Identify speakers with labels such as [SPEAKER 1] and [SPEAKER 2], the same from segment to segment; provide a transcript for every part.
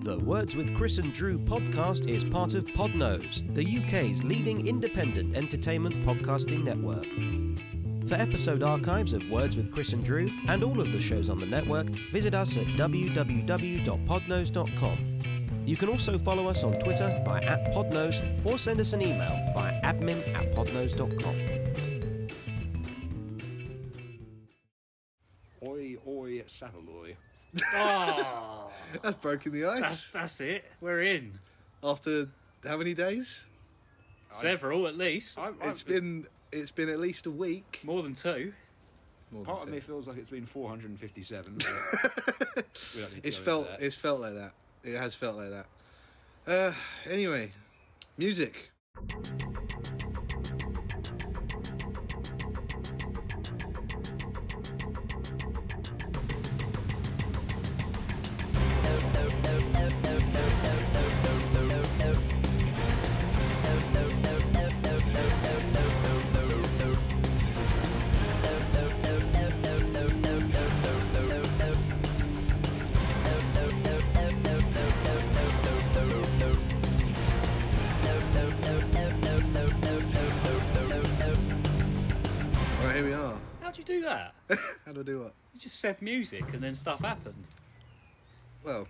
[SPEAKER 1] The Words with Chris and Drew podcast is part of Podnose, the UK's leading independent entertainment podcasting network. For episode archives of Words with Chris and Drew and all of the shows on the network, visit us at www.podnose.com. You can also follow us on Twitter by at Podnose or send us an email by admin at podnose.com.
[SPEAKER 2] Oi, oi, saddle oi.
[SPEAKER 3] That's broken the
[SPEAKER 4] That's
[SPEAKER 3] ice.
[SPEAKER 4] that's it. We're in.
[SPEAKER 3] After how many days?
[SPEAKER 4] Several at least.
[SPEAKER 2] I'm,
[SPEAKER 3] It's
[SPEAKER 2] I'm-
[SPEAKER 3] been it's been at least a week.
[SPEAKER 4] More than two.
[SPEAKER 3] More
[SPEAKER 2] Part
[SPEAKER 3] than
[SPEAKER 2] of
[SPEAKER 3] two.
[SPEAKER 2] me feels like it's been 457. but we don't need to
[SPEAKER 3] It's
[SPEAKER 2] go into
[SPEAKER 3] felt
[SPEAKER 2] that.
[SPEAKER 3] it's felt like that. It has felt like that. Uh, anyway, music. All right, here we are.
[SPEAKER 4] How'd you do that?
[SPEAKER 3] How do I do what?
[SPEAKER 4] You just said music and then stuff happened.
[SPEAKER 3] Well,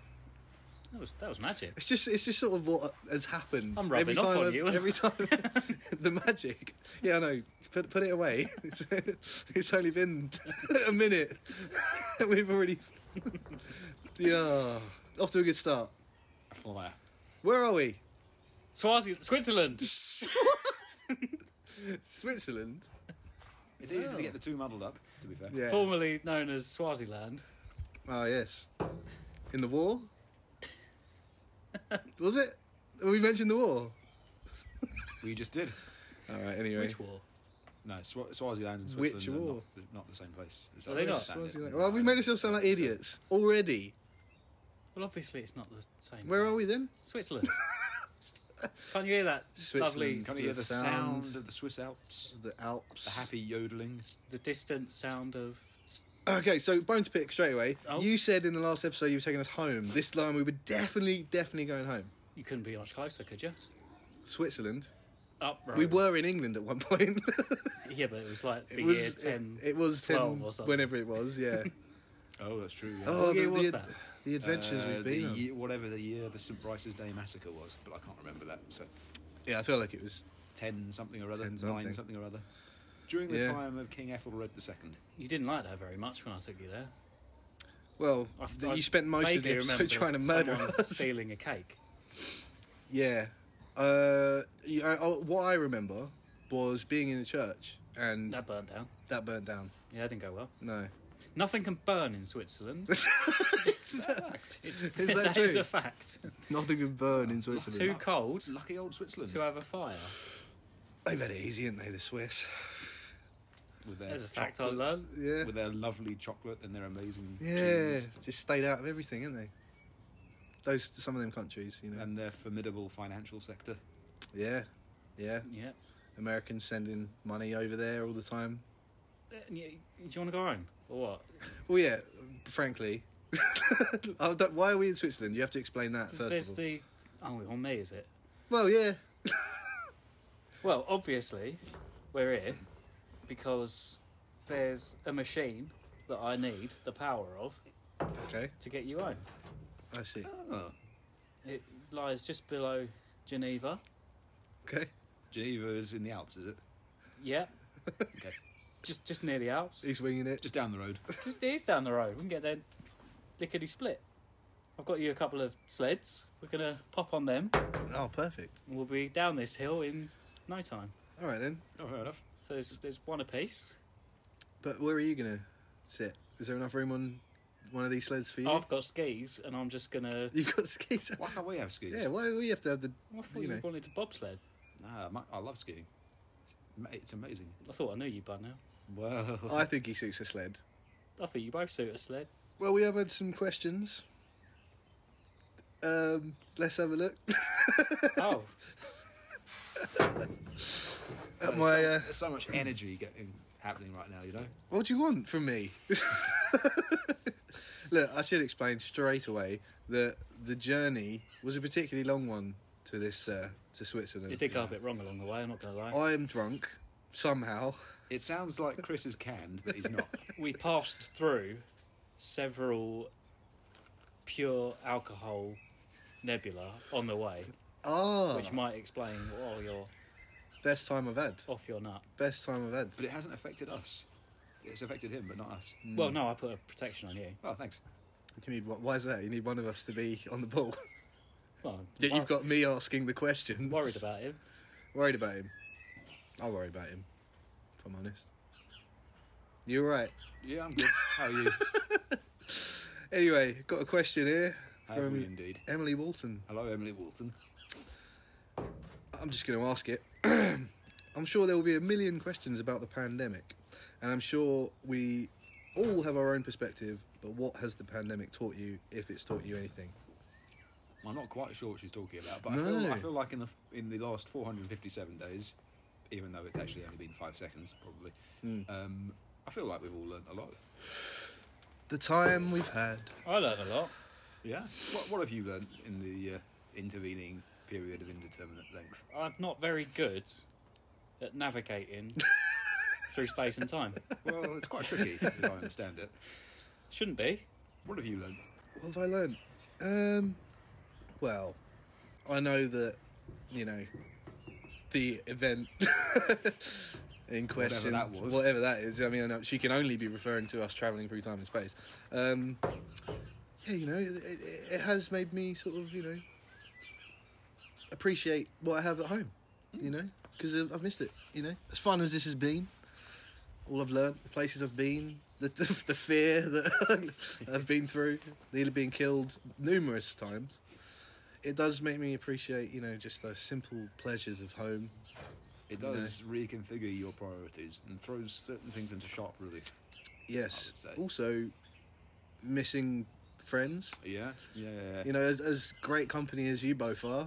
[SPEAKER 4] That was that was magic.
[SPEAKER 3] it's just it's just sort of what has happened.
[SPEAKER 4] I'm rubbing off
[SPEAKER 3] time
[SPEAKER 4] on
[SPEAKER 3] I've-
[SPEAKER 4] you.
[SPEAKER 3] Every time the magic. Yeah, I know. Put put it away. It's, it's only been a minute. We've already. yeah, off to a good start.
[SPEAKER 4] Fire.
[SPEAKER 3] Where are we?
[SPEAKER 4] Swazi Switzerland.
[SPEAKER 3] Switzerland.
[SPEAKER 2] It's easy to get the two muddled up, to be fair.
[SPEAKER 3] Oh. Yeah.
[SPEAKER 4] Formerly known as Swaziland.
[SPEAKER 3] Oh yes. In the war. Was it? We mentioned the war.
[SPEAKER 2] We just did.
[SPEAKER 3] All right. Anyway.
[SPEAKER 4] Which war?
[SPEAKER 2] No, Swa- Swaziland and
[SPEAKER 3] Which
[SPEAKER 2] Switzerland are
[SPEAKER 3] war?
[SPEAKER 2] not, the- not the same place. Is
[SPEAKER 4] Are they not?
[SPEAKER 3] Swaziland. Well, we've made ourselves sound like idiots already.
[SPEAKER 4] Well obviously it's not the same.
[SPEAKER 3] Where
[SPEAKER 4] place.
[SPEAKER 3] are we then?
[SPEAKER 4] Switzerland. Can't you hear that lovely
[SPEAKER 3] Switzerland.
[SPEAKER 2] Can you hear
[SPEAKER 3] The
[SPEAKER 2] the sound.
[SPEAKER 3] sound.
[SPEAKER 2] of the Swiss Alps?
[SPEAKER 3] The Alps.
[SPEAKER 2] The happy yodeling.
[SPEAKER 4] the distant sound of
[SPEAKER 3] Okay, so bone to pick straight away.
[SPEAKER 4] Oh.
[SPEAKER 3] You said in the last episode you were taking us home. This time we were definitely, definitely going home.
[SPEAKER 4] you couldn't be much closer, could you?
[SPEAKER 3] Switzerland.
[SPEAKER 4] Up road.
[SPEAKER 3] We were in England at one point.
[SPEAKER 4] Yeah, but it was like the
[SPEAKER 3] it was
[SPEAKER 4] year ten.
[SPEAKER 3] it, it was
[SPEAKER 4] 12
[SPEAKER 3] ten,
[SPEAKER 4] or something.
[SPEAKER 3] whenever it was. Yeah.
[SPEAKER 2] Oh, that's true. Yeah.
[SPEAKER 3] oh,
[SPEAKER 4] What year
[SPEAKER 3] the,
[SPEAKER 4] was
[SPEAKER 3] the,
[SPEAKER 4] that?
[SPEAKER 3] the adventures
[SPEAKER 2] Uh,
[SPEAKER 3] we've been
[SPEAKER 2] the
[SPEAKER 3] on.
[SPEAKER 2] year- whatever the year the St. Brice's Day massacre was, but I can't remember that. So
[SPEAKER 3] Yeah, I feel like it was.
[SPEAKER 2] ten something or other,
[SPEAKER 3] 10 something.
[SPEAKER 2] nine something or other. During the
[SPEAKER 3] Yeah.
[SPEAKER 2] time of King Ethelred II.
[SPEAKER 4] You didn't like that very much when I took you there.
[SPEAKER 3] Well,
[SPEAKER 4] I-
[SPEAKER 3] th-
[SPEAKER 4] I
[SPEAKER 3] you spent most of
[SPEAKER 4] vaguely
[SPEAKER 3] the episode
[SPEAKER 4] remember
[SPEAKER 3] trying to murder
[SPEAKER 4] someone
[SPEAKER 3] us.
[SPEAKER 4] stealing a cake.
[SPEAKER 3] Yeah. Uh, yeah, I- I- what I remember was being in the church and
[SPEAKER 4] That burnt down.
[SPEAKER 3] that burnt down.
[SPEAKER 4] Yeah, it didn't go well.
[SPEAKER 3] No.
[SPEAKER 4] Nothing can burn in Switzerland. it's,
[SPEAKER 3] Is that
[SPEAKER 4] that is
[SPEAKER 3] true?
[SPEAKER 4] a fact.
[SPEAKER 3] Nothing can burn in
[SPEAKER 4] It's too cold
[SPEAKER 2] Lucky old Switzerland.
[SPEAKER 4] to have a fire.
[SPEAKER 3] They've had it easy, haven't they, the Swiss?
[SPEAKER 2] with their
[SPEAKER 4] There's a fact I
[SPEAKER 2] chocolate-
[SPEAKER 4] learned.
[SPEAKER 3] Yeah.
[SPEAKER 2] With their lovely chocolate and their amazing
[SPEAKER 3] Yeah.
[SPEAKER 2] cheese
[SPEAKER 3] Just stayed out of everything, haven't they? Those some of them countries, you know.
[SPEAKER 2] and their formidable financial sector.
[SPEAKER 3] yeah. Yeah.
[SPEAKER 4] Yeah.
[SPEAKER 3] Americans sending money over there all the time.
[SPEAKER 4] Uh, yeah, Do you want to go home or what?
[SPEAKER 3] Well, yeah. Frankly, I don't- why are we in Switzerland? You have to explain that first
[SPEAKER 4] there's
[SPEAKER 3] of all.
[SPEAKER 4] the oh, we're on me is it?
[SPEAKER 3] Well, yeah.
[SPEAKER 4] Well, obviously, we're here because there's a machine that I need the power of
[SPEAKER 3] Okay,
[SPEAKER 4] to get you home.
[SPEAKER 3] I see.
[SPEAKER 2] Oh.
[SPEAKER 4] It lies just below Geneva.
[SPEAKER 3] Okay.
[SPEAKER 2] Geneva is in the Alps, is it?
[SPEAKER 4] Yeah.
[SPEAKER 2] Okay.
[SPEAKER 4] Just just near the Alps.
[SPEAKER 3] He's winging it.
[SPEAKER 2] Just down the road.
[SPEAKER 4] Just these down the road. We can get there lickety split. I've got you a couple of sleds. We're gonna pop on them
[SPEAKER 3] Oh, perfect.
[SPEAKER 4] and we'll be down this hill in no time.
[SPEAKER 3] All right then.
[SPEAKER 2] Oh, fair enough.
[SPEAKER 4] So there's there's one apiece.
[SPEAKER 3] But where are you gonna sit? Is there enough room on one of these sleds for you?
[SPEAKER 4] I've got skis and I'm just gonna
[SPEAKER 3] You've got skis.
[SPEAKER 2] Why can't we have skis?
[SPEAKER 3] Yeah. Why do we have to have the?
[SPEAKER 4] I thought
[SPEAKER 3] You
[SPEAKER 4] you,
[SPEAKER 3] know.
[SPEAKER 4] wanted to bobsled.
[SPEAKER 2] Nah, my- I love skiing. It's, ma- it's amazing.
[SPEAKER 4] I thought I knew you by now.
[SPEAKER 2] Well,
[SPEAKER 3] I think he suits a sled.
[SPEAKER 4] I thought you both suit a sled.
[SPEAKER 3] Well, we have had some questions. Um, let's have a look
[SPEAKER 4] Oh,
[SPEAKER 3] at my. Uh,
[SPEAKER 2] there's so much energy getting happening right now. You know,
[SPEAKER 3] what do you want from me? Look, I should explain straight away that the journey was a particularly long one to this uh, to Switzerland.
[SPEAKER 4] You did go a bit wrong along the way. I'm not going to lie.
[SPEAKER 3] I am drunk somehow.
[SPEAKER 2] It sounds like Chris is canned, but he's not.
[SPEAKER 4] we passed through several pure alcohol nebula on the way,
[SPEAKER 3] Ah,
[SPEAKER 4] which might explain why you're
[SPEAKER 3] best time I've had.
[SPEAKER 4] off your nut.
[SPEAKER 3] Best time I've had.
[SPEAKER 2] But it hasn't affected us. It's affected him, but not us.
[SPEAKER 3] Mm.
[SPEAKER 4] Well, no, I put a protection on you.
[SPEAKER 2] Well, thanks.
[SPEAKER 3] You need one- why is that? You need one of us to be on the ball.
[SPEAKER 4] Well,
[SPEAKER 3] Yet
[SPEAKER 4] wor-
[SPEAKER 3] you've got me asking the questions.
[SPEAKER 4] worried about him.
[SPEAKER 3] Worried about him. I'll worry about him. If I'm honest. You're right.
[SPEAKER 2] Yeah, I'm good. How are you?
[SPEAKER 3] Anyway, got a question here
[SPEAKER 2] How are we
[SPEAKER 3] from
[SPEAKER 2] indeed?
[SPEAKER 3] Emily Walton.
[SPEAKER 2] Hello, Emily Walton.
[SPEAKER 3] I'm just going to ask it. I'm sure there will be a million questions about the pandemic, and I'm sure we all have our own perspective. But what has the pandemic taught you, if it's taught you anything?
[SPEAKER 2] I'm not quite sure what she's talking about, but I,
[SPEAKER 3] No.
[SPEAKER 2] feel, I feel like in the in the last 457 days, even though it's actually only been five seconds, probably,
[SPEAKER 3] Hmm.
[SPEAKER 2] um, I feel like we've all learnt a lot.
[SPEAKER 3] The time we've had.
[SPEAKER 4] I learned a lot.
[SPEAKER 2] Yeah. What, what have you learnt in the uh, intervening period of indeterminate length?
[SPEAKER 4] I'm not very good at navigating through space and time.
[SPEAKER 2] Well, it's quite tricky, as I understand it.
[SPEAKER 4] Shouldn't be.
[SPEAKER 2] What have you learnt?
[SPEAKER 3] What have I learned? Um, well, I know that you know the event in question,
[SPEAKER 2] that was.
[SPEAKER 3] whatever that is. I mean, I know she can only be referring to us traveling through time and space. Um, yeah, you know, it, it, it has made me sort of, you know, appreciate what I have at home. You know, because I've missed it. You know, as fun as this has been, all I've learned, the places I've been, the, the, the fear that I've been through, nearly being killed numerous times. It does make me appreciate, you know, just those simple pleasures of home.
[SPEAKER 2] It does reconfigure your priorities and throws certain things into sharp relief.
[SPEAKER 3] Yes.
[SPEAKER 2] would say.
[SPEAKER 3] Also, missing friends.
[SPEAKER 2] Yeah, yeah, yeah.
[SPEAKER 3] You know, as, as great company as you both are,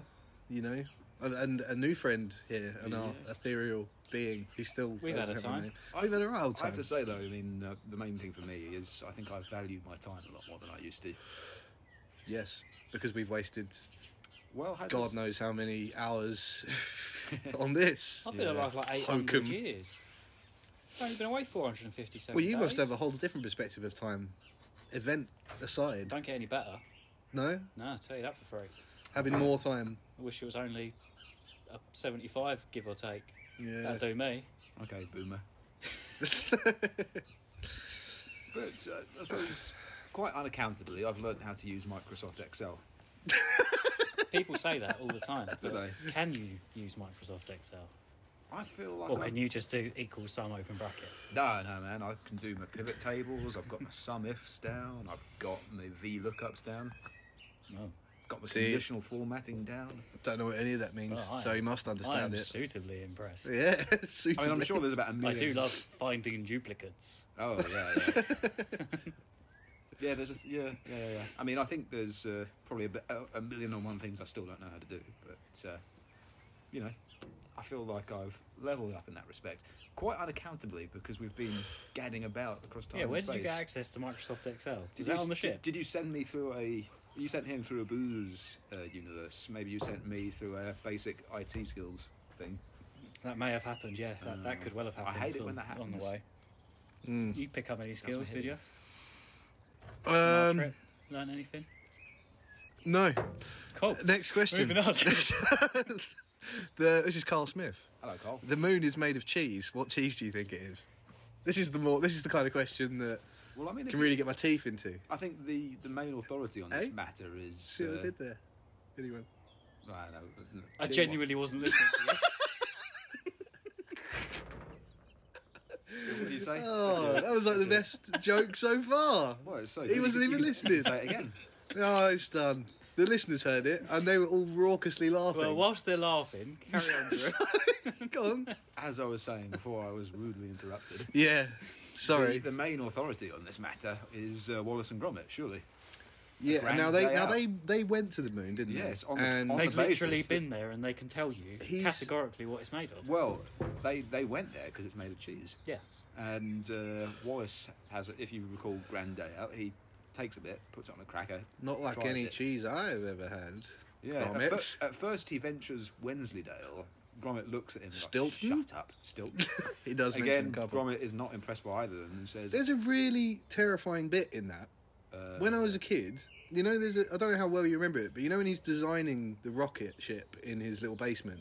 [SPEAKER 3] you know, and, and a new friend here, and our
[SPEAKER 2] Yeah.
[SPEAKER 3] ethereal being who still
[SPEAKER 4] We've had
[SPEAKER 3] don't
[SPEAKER 4] a
[SPEAKER 3] have
[SPEAKER 4] time.
[SPEAKER 3] name. We've had a right old
[SPEAKER 2] I
[SPEAKER 3] time.
[SPEAKER 2] have to say though, I mean, uh, the main thing for me is I think I value my time a lot more than I used to.
[SPEAKER 3] Yes, because we've wasted
[SPEAKER 2] Well, has
[SPEAKER 3] God knows how many hours on this.
[SPEAKER 4] I've been
[SPEAKER 2] Yeah.
[SPEAKER 4] alive like 800
[SPEAKER 3] Hokum.
[SPEAKER 4] years. I've only been away 457
[SPEAKER 3] Well, you
[SPEAKER 4] days.
[SPEAKER 3] must have a whole different perspective of time. Event aside,
[SPEAKER 4] Don't get any better.
[SPEAKER 3] no,
[SPEAKER 4] No, I'll tell you that for free.
[SPEAKER 3] having more time.
[SPEAKER 4] I wish it was only a 75, give or take.
[SPEAKER 3] Yeah.
[SPEAKER 4] That'll do me.
[SPEAKER 2] Okay, boomer. But uh, I suppose quite unaccountably, I've learned how to use Microsoft Excel.
[SPEAKER 4] People say that all the time.
[SPEAKER 2] Do
[SPEAKER 4] but
[SPEAKER 2] they?
[SPEAKER 4] Can you use Microsoft Excel?
[SPEAKER 2] I feel like
[SPEAKER 4] Or
[SPEAKER 2] I-
[SPEAKER 4] can Oh, you just do equal sum open bracket?
[SPEAKER 2] No, no, man. I can do my pivot tables. I've got my sum ifs down. I've got my V lookups down.
[SPEAKER 4] No.
[SPEAKER 2] Got my
[SPEAKER 3] See-
[SPEAKER 2] conditional formatting down.
[SPEAKER 3] Don't know what any of that means,
[SPEAKER 4] Oh, I
[SPEAKER 3] so
[SPEAKER 4] am-
[SPEAKER 3] you must
[SPEAKER 4] I am
[SPEAKER 3] understand it.
[SPEAKER 4] suitably impressed.
[SPEAKER 3] Yeah,
[SPEAKER 2] I mean, I'm
[SPEAKER 3] suitably.
[SPEAKER 2] sure there's about a
[SPEAKER 4] I
[SPEAKER 2] million.
[SPEAKER 4] do love finding duplicates.
[SPEAKER 2] Oh yeah, yeah. yeah, there's a yeah, yeah, yeah, yeah. I mean, I think there's uh, probably a, bit, a, a million and one things I still don't know how to do, but uh, you know, I feel like I've leveled up in that respect, quite unaccountably, because we've been gadding about across time.
[SPEAKER 4] yeah, where
[SPEAKER 2] and
[SPEAKER 4] did you
[SPEAKER 2] space.
[SPEAKER 4] get access to Microsoft Excel? Is
[SPEAKER 2] Did
[SPEAKER 4] that
[SPEAKER 2] you,
[SPEAKER 4] on the
[SPEAKER 2] did-
[SPEAKER 4] ship?
[SPEAKER 2] Did, you send me through a? You sent him through a booze uh, universe. Maybe you sent me through a basic IT skills thing.
[SPEAKER 4] That may have happened, yeah. That, that
[SPEAKER 2] Um,
[SPEAKER 4] could well have
[SPEAKER 2] I
[SPEAKER 4] happened.
[SPEAKER 2] hate it
[SPEAKER 4] on,
[SPEAKER 2] when that
[SPEAKER 4] On the
[SPEAKER 2] happens.
[SPEAKER 4] way.
[SPEAKER 3] Mm.
[SPEAKER 4] You pick up any
[SPEAKER 2] my
[SPEAKER 4] skills, did you?
[SPEAKER 2] headache.
[SPEAKER 4] On
[SPEAKER 3] Um,
[SPEAKER 4] our trip? Learn anything?
[SPEAKER 3] no.
[SPEAKER 4] Cool.
[SPEAKER 3] Next question.
[SPEAKER 4] Moving on.
[SPEAKER 3] the, this is Carl Smith.
[SPEAKER 2] Hello, Carl.
[SPEAKER 3] The moon is made of cheese. What cheese do you think it is? This is the more. This is the kind of question that
[SPEAKER 2] Well, I mean,
[SPEAKER 3] I
[SPEAKER 2] if
[SPEAKER 3] can
[SPEAKER 2] you-
[SPEAKER 3] really get my teeth into.
[SPEAKER 2] I think the, the main authority on
[SPEAKER 3] Eh?
[SPEAKER 2] this matter is.
[SPEAKER 3] See what
[SPEAKER 2] uh,
[SPEAKER 3] I did there. Anyone?
[SPEAKER 2] I know, but-
[SPEAKER 4] I
[SPEAKER 2] Cheer
[SPEAKER 4] genuinely wasn't listening to you.
[SPEAKER 2] one. What did you say?
[SPEAKER 3] Oh,
[SPEAKER 2] That's it.
[SPEAKER 3] that was like the
[SPEAKER 2] That's
[SPEAKER 3] best joke so far.
[SPEAKER 2] it. Well, it's so
[SPEAKER 3] He
[SPEAKER 2] good. You
[SPEAKER 3] wasn't
[SPEAKER 2] can-
[SPEAKER 3] even
[SPEAKER 2] you can
[SPEAKER 3] listening.
[SPEAKER 2] Say it again.
[SPEAKER 3] Oh, it's done. The listeners heard it and they were all raucously laughing.
[SPEAKER 4] Well, whilst they're laughing, carry on. Drew.
[SPEAKER 3] Go on.
[SPEAKER 2] As I was saying before, I was rudely interrupted.
[SPEAKER 3] Yeah. Sorry.
[SPEAKER 2] The, the main authority on this matter is uh, Wallace and Gromit, surely.
[SPEAKER 3] yeah.
[SPEAKER 2] grand
[SPEAKER 3] Now they
[SPEAKER 2] day
[SPEAKER 3] now
[SPEAKER 2] out.
[SPEAKER 3] they they went to the moon, didn't they?
[SPEAKER 2] Yes, on the-
[SPEAKER 3] and
[SPEAKER 2] on the
[SPEAKER 4] They've literally
[SPEAKER 2] basis that-
[SPEAKER 4] been there and they can tell you
[SPEAKER 3] He's-
[SPEAKER 4] categorically what it's made of.
[SPEAKER 2] Well, they, they went there because it's made of cheese.
[SPEAKER 4] Yes.
[SPEAKER 2] And uh, Wallace has, if you recall Grand Day Out, he takes a bit, puts it on a cracker.
[SPEAKER 3] Not like
[SPEAKER 2] tries
[SPEAKER 3] any
[SPEAKER 2] it.
[SPEAKER 3] cheese I've ever had.
[SPEAKER 2] Yeah. At,
[SPEAKER 3] Grommets.
[SPEAKER 2] fir- at first, he ventures Wensleydale. Gromit looks at him. like,
[SPEAKER 3] Stilton?
[SPEAKER 2] Shut up, Stilton.
[SPEAKER 3] He does
[SPEAKER 2] Again,
[SPEAKER 3] mention a couple.
[SPEAKER 2] Gromit is not impressed by either of them and says,
[SPEAKER 3] There's a really terrifying bit in that.
[SPEAKER 2] uh,
[SPEAKER 3] When I was a kid, you know, there's a. I don't know how well you remember it, but you know when he's designing the rocket ship in his little basement,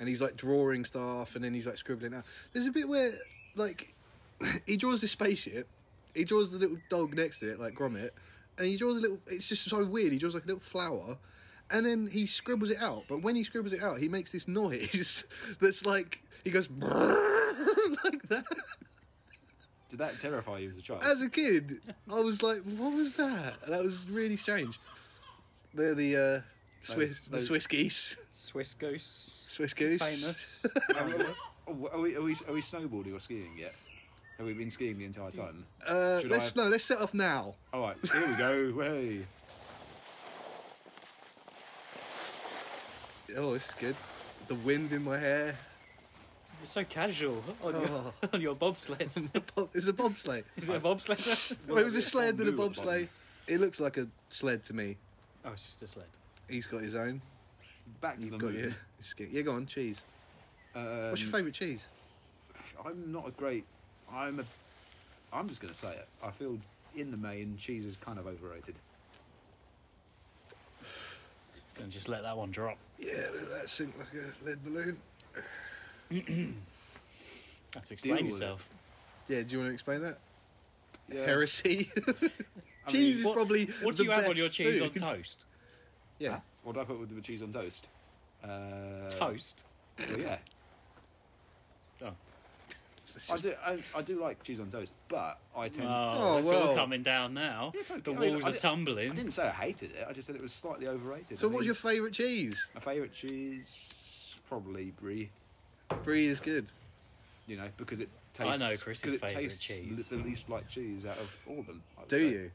[SPEAKER 3] and he's like drawing stuff, and then he's like scribbling out. There's a bit where like he draws the spaceship, he draws the little dog next to it, like Gromit, and he draws a little. It's just so weird. He draws like a little flower. And then he scribbles it out, but when he scribbles it out, he makes this noise that's like he goes like that.
[SPEAKER 2] Did that terrify you as a child?
[SPEAKER 3] as a kid, I was like, "What was that?" That was really strange. They're the uh, Swiss, the
[SPEAKER 2] those-
[SPEAKER 3] Swiss geese,
[SPEAKER 4] Swiss goose.
[SPEAKER 3] Swiss goose.
[SPEAKER 4] Famous.
[SPEAKER 2] are, we, Oh, are, we, are, we, are we snowboarding or skiing yet? Have we been skiing the entire time?
[SPEAKER 3] Uh,
[SPEAKER 2] Should
[SPEAKER 3] let's
[SPEAKER 2] I-
[SPEAKER 3] no, let's set off now.
[SPEAKER 2] All right, here we go. Hey.
[SPEAKER 3] Oh, this is good. The wind in my hair.
[SPEAKER 4] You're so casual on, your, on your bobsled.
[SPEAKER 3] Bob- It's a bobsleigh.
[SPEAKER 4] Is it a bobsled?
[SPEAKER 3] Well, it was a sled than a
[SPEAKER 2] Bamboo at the
[SPEAKER 3] bobsleigh. It looks like a sled to me.
[SPEAKER 4] oh, it's just a sled.
[SPEAKER 3] He's got his own.
[SPEAKER 2] bottom. Back to
[SPEAKER 3] You've
[SPEAKER 2] the
[SPEAKER 3] got your.
[SPEAKER 2] moon.
[SPEAKER 3] it's good. Yeah, go on. Cheese.
[SPEAKER 2] Um,
[SPEAKER 3] What's your favourite cheese?
[SPEAKER 2] I'm not a great. I'm a. I'm just going to say it. I feel in the main cheese is kind of overrated.
[SPEAKER 4] Gonna just let that one drop.
[SPEAKER 3] Yeah, let that sink like a lead balloon.
[SPEAKER 4] Have to explain
[SPEAKER 2] with it.
[SPEAKER 4] yourself.
[SPEAKER 3] Yeah, do you want to explain that?
[SPEAKER 2] Yeah.
[SPEAKER 3] Heresy.
[SPEAKER 2] I mean,
[SPEAKER 3] cheese is
[SPEAKER 4] What-
[SPEAKER 3] probably
[SPEAKER 4] What
[SPEAKER 3] the
[SPEAKER 4] do you have on
[SPEAKER 3] best
[SPEAKER 4] your cheese on
[SPEAKER 3] food.
[SPEAKER 4] toast?
[SPEAKER 3] Yeah.
[SPEAKER 2] Huh? What do I put with the cheese on toast? Uh,
[SPEAKER 4] toast.
[SPEAKER 2] well, yeah,
[SPEAKER 4] Oh,
[SPEAKER 3] It's
[SPEAKER 2] I
[SPEAKER 3] just-
[SPEAKER 2] do. I, I do like cheese on toast, but I tend.
[SPEAKER 4] oh, it's all
[SPEAKER 3] well.
[SPEAKER 4] coming down now.
[SPEAKER 2] It's okay.
[SPEAKER 4] The
[SPEAKER 2] I
[SPEAKER 4] walls
[SPEAKER 2] mean, I
[SPEAKER 4] are
[SPEAKER 2] did-
[SPEAKER 4] tumbling.
[SPEAKER 2] I didn't say I hated it. I just said it was slightly overrated.
[SPEAKER 3] So,
[SPEAKER 2] I
[SPEAKER 3] what's
[SPEAKER 2] mean,
[SPEAKER 3] your favourite cheese?
[SPEAKER 2] my favourite cheese? Probably brie.
[SPEAKER 3] Brie is good.
[SPEAKER 2] You know, because it
[SPEAKER 4] I
[SPEAKER 2] tastes.
[SPEAKER 4] know Chris's
[SPEAKER 2] 'cause it
[SPEAKER 4] favourite
[SPEAKER 2] tastes
[SPEAKER 4] cheese.
[SPEAKER 2] the least like cheese out of all of them. I would
[SPEAKER 3] Do
[SPEAKER 2] say.
[SPEAKER 3] you?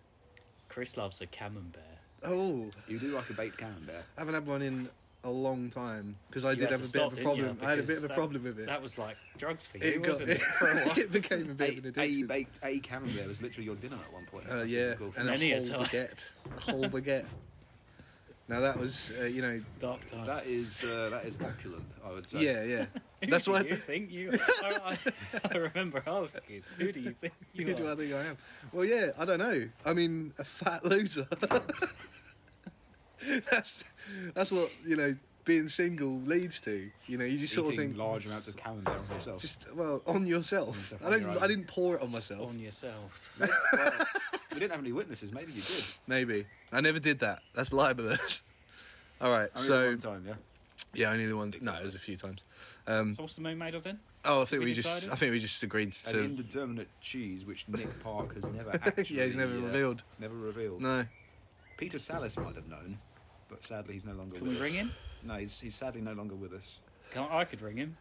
[SPEAKER 4] Chris loves a camembert.
[SPEAKER 3] Oh,
[SPEAKER 2] You do like a baked camembert.
[SPEAKER 3] I haven't had one in a long time because I
[SPEAKER 4] You
[SPEAKER 3] did
[SPEAKER 4] had
[SPEAKER 3] have a
[SPEAKER 4] to
[SPEAKER 3] bit
[SPEAKER 4] stop,
[SPEAKER 3] of a
[SPEAKER 4] didn't you?
[SPEAKER 3] problem. I had a bit
[SPEAKER 4] Because
[SPEAKER 3] of a
[SPEAKER 4] that-
[SPEAKER 3] problem with it.
[SPEAKER 4] That was like drugs for you,
[SPEAKER 3] it, got,
[SPEAKER 4] wasn't it? For a while.
[SPEAKER 3] it became a bit of an
[SPEAKER 2] A, a
[SPEAKER 3] addiction.
[SPEAKER 2] baked a camembert was literally your dinner at one point.
[SPEAKER 3] Uh,
[SPEAKER 2] That's
[SPEAKER 3] yeah,
[SPEAKER 2] really cool.
[SPEAKER 3] and
[SPEAKER 4] Many
[SPEAKER 3] a
[SPEAKER 4] a
[SPEAKER 3] whole
[SPEAKER 4] time.
[SPEAKER 3] baguette, a whole baguette. Now that was, uh, you know,
[SPEAKER 4] Dark times.
[SPEAKER 2] that is uh, that is opulent. I would say.
[SPEAKER 3] yeah, yeah.
[SPEAKER 4] Who
[SPEAKER 3] That's
[SPEAKER 4] do
[SPEAKER 3] why I
[SPEAKER 4] you
[SPEAKER 3] th-
[SPEAKER 4] think you. I, I, I remember asking. Who do you think you
[SPEAKER 3] who do I
[SPEAKER 4] are?
[SPEAKER 3] think I am? Well, yeah, I don't know. I mean, a fat loser. that's that's what you know being single leads to. You know, you just sort of
[SPEAKER 2] Eating
[SPEAKER 3] think
[SPEAKER 2] large amounts of camembert on yourself.
[SPEAKER 3] Just well, on yourself.
[SPEAKER 2] yourself,
[SPEAKER 3] I
[SPEAKER 2] on
[SPEAKER 3] don't.
[SPEAKER 2] your
[SPEAKER 3] I
[SPEAKER 2] own.
[SPEAKER 3] didn't pour it on myself.
[SPEAKER 4] On yourself.
[SPEAKER 2] we didn't have any witnesses. Maybe you did.
[SPEAKER 3] Maybe I never did that. That's libelous. All right.
[SPEAKER 2] Only the
[SPEAKER 3] so
[SPEAKER 2] one time, yeah.
[SPEAKER 3] yeah, only the one. No, it was a few times. Um,
[SPEAKER 4] So what's the moon made of then?
[SPEAKER 3] oh, I think
[SPEAKER 4] we
[SPEAKER 3] we just.
[SPEAKER 4] decided?
[SPEAKER 3] I think we just agreed
[SPEAKER 2] An
[SPEAKER 3] to.
[SPEAKER 2] indeterminate cheese, which Nick Park has never actually.
[SPEAKER 3] Yeah, he's never
[SPEAKER 2] uh,
[SPEAKER 3] revealed.
[SPEAKER 2] Never revealed.
[SPEAKER 3] No.
[SPEAKER 2] Peter Salis might have known, but sadly he's no longer
[SPEAKER 4] Can
[SPEAKER 2] with
[SPEAKER 4] we ring
[SPEAKER 2] us.
[SPEAKER 4] him?
[SPEAKER 2] No, he's, he's sadly no longer with us.
[SPEAKER 4] Can't, I could ring him.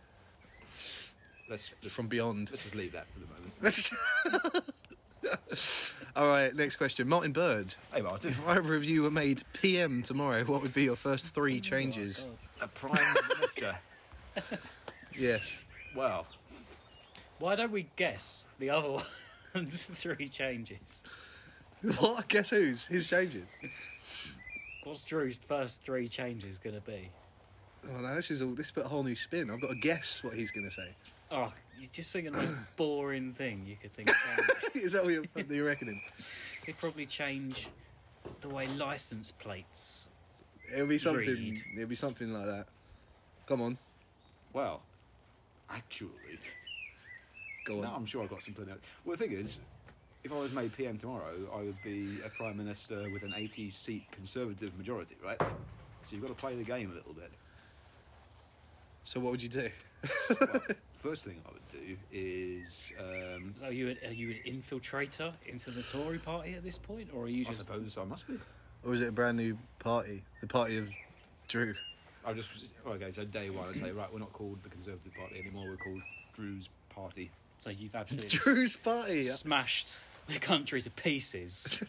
[SPEAKER 2] Let's just
[SPEAKER 3] From beyond.
[SPEAKER 2] let's just leave that for the moment.
[SPEAKER 3] All right. Next question. Martin Bird.
[SPEAKER 2] Hey, well, I do
[SPEAKER 3] If either of you were made PM tomorrow, what would be your first three changes?
[SPEAKER 4] Oh,
[SPEAKER 2] a
[SPEAKER 4] God.
[SPEAKER 2] prime minister.
[SPEAKER 3] yes.
[SPEAKER 2] Well,
[SPEAKER 4] Why don't we guess the other one's three changes?
[SPEAKER 3] What? Guess who's? His changes.
[SPEAKER 4] What's Drew's first three changes going to be?
[SPEAKER 3] Oh no, this is all. This put a whole new spin. I've got to guess what he's going to say.
[SPEAKER 4] Oh, you're just thinking the most boring thing you could think of.
[SPEAKER 3] is that what you're, that you're reckoning?
[SPEAKER 4] He'd probably change the way license plates.
[SPEAKER 3] It'll be something.
[SPEAKER 4] Read.
[SPEAKER 3] It'll be something like that. Come on,
[SPEAKER 2] well, actually,
[SPEAKER 3] go on.
[SPEAKER 2] no, I'm sure I got some plenty. Well, the thing is, if I was made PM tomorrow, I would be a prime minister with an 80-seat Conservative majority, right? So you've got to play the game a little bit.
[SPEAKER 3] So what would you do?
[SPEAKER 2] Well, first thing I would do is, um,
[SPEAKER 4] So are you, a, are you an infiltrator into the Tory party at this point? Or are you
[SPEAKER 2] I
[SPEAKER 4] just.
[SPEAKER 2] suppose I must be.
[SPEAKER 3] Or is it a brand new party? The party of Drew.
[SPEAKER 2] I just okay. So day one, I say right, we're not called the Conservative Party anymore. We're called Drew's Party.
[SPEAKER 4] So you've absolutely
[SPEAKER 3] Drew's party.
[SPEAKER 4] smashed the country to pieces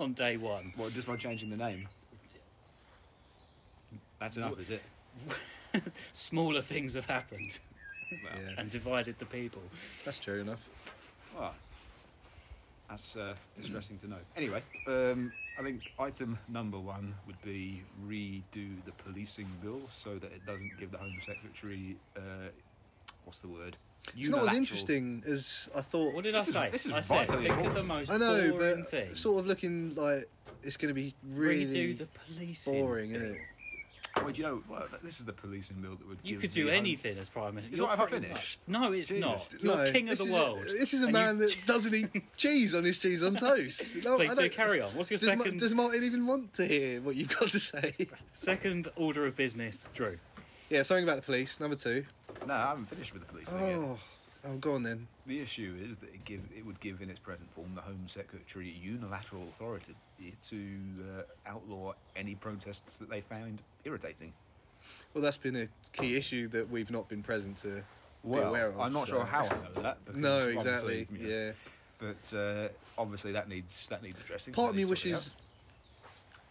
[SPEAKER 4] on day one.
[SPEAKER 2] Well, just by changing the name. That's enough, is it?
[SPEAKER 4] Smaller things have happened
[SPEAKER 2] Well,
[SPEAKER 3] Yeah,
[SPEAKER 4] and divided the people.
[SPEAKER 3] that's true enough.
[SPEAKER 2] well, ah. That's uh, distressing to know. Anyway, um, I think item number one would be redo the policing bill so that it doesn't give the Home Secretary uh, what's the word?
[SPEAKER 3] It's not as
[SPEAKER 2] Unilateral-
[SPEAKER 3] interesting as I thought.
[SPEAKER 4] What did
[SPEAKER 2] This
[SPEAKER 4] I
[SPEAKER 2] is-
[SPEAKER 4] say?
[SPEAKER 2] this is
[SPEAKER 4] I said,
[SPEAKER 2] vitally
[SPEAKER 4] think of
[SPEAKER 2] important.
[SPEAKER 4] the most
[SPEAKER 3] I know,
[SPEAKER 4] boring
[SPEAKER 3] but
[SPEAKER 4] thing.
[SPEAKER 3] sort of looking like it's going to be really
[SPEAKER 4] Redo the policing.
[SPEAKER 3] boring,
[SPEAKER 4] bill.
[SPEAKER 3] isn't it?
[SPEAKER 2] Well, do you know, well, this is the policing bill that would.
[SPEAKER 4] You
[SPEAKER 2] give
[SPEAKER 4] could
[SPEAKER 2] the
[SPEAKER 4] do
[SPEAKER 2] Home-
[SPEAKER 4] anything as prime minister.
[SPEAKER 2] Is
[SPEAKER 4] You're
[SPEAKER 2] what, have I
[SPEAKER 4] pretty
[SPEAKER 2] finished?
[SPEAKER 4] much- No, it's
[SPEAKER 2] Jesus.
[SPEAKER 4] not. You're king of
[SPEAKER 3] this
[SPEAKER 4] the
[SPEAKER 3] is-
[SPEAKER 4] world.
[SPEAKER 3] This is a
[SPEAKER 4] and
[SPEAKER 3] man
[SPEAKER 4] you...
[SPEAKER 3] that doesn't eat cheese on his cheese on toast. No,
[SPEAKER 4] Please
[SPEAKER 3] I
[SPEAKER 4] do
[SPEAKER 3] don't-
[SPEAKER 4] carry on. What's your
[SPEAKER 3] Does, Ma-
[SPEAKER 4] second
[SPEAKER 3] does Martin even want to hear what you've got to say?
[SPEAKER 4] second order of business, Drew?
[SPEAKER 3] yeah, something about the police. Number two.
[SPEAKER 2] No, I haven't finished with the policing yet.
[SPEAKER 3] Oh, oh, go on then.
[SPEAKER 2] The issue is that it, give, it would give, in its present form, the Home Secretary unilateral authority to uh, outlaw any protests that they found irritating.
[SPEAKER 3] Well, that's been a key issue that we've not been present to be aware of.
[SPEAKER 2] I'm not
[SPEAKER 3] so-
[SPEAKER 2] sure how I know that. Because
[SPEAKER 3] No,
[SPEAKER 2] obviously,
[SPEAKER 3] exactly.
[SPEAKER 2] you know,
[SPEAKER 3] Yeah.
[SPEAKER 2] But uh, obviously, that needs that needs addressing.
[SPEAKER 3] Part
[SPEAKER 2] that
[SPEAKER 3] of me
[SPEAKER 2] needs sorting
[SPEAKER 3] wishes.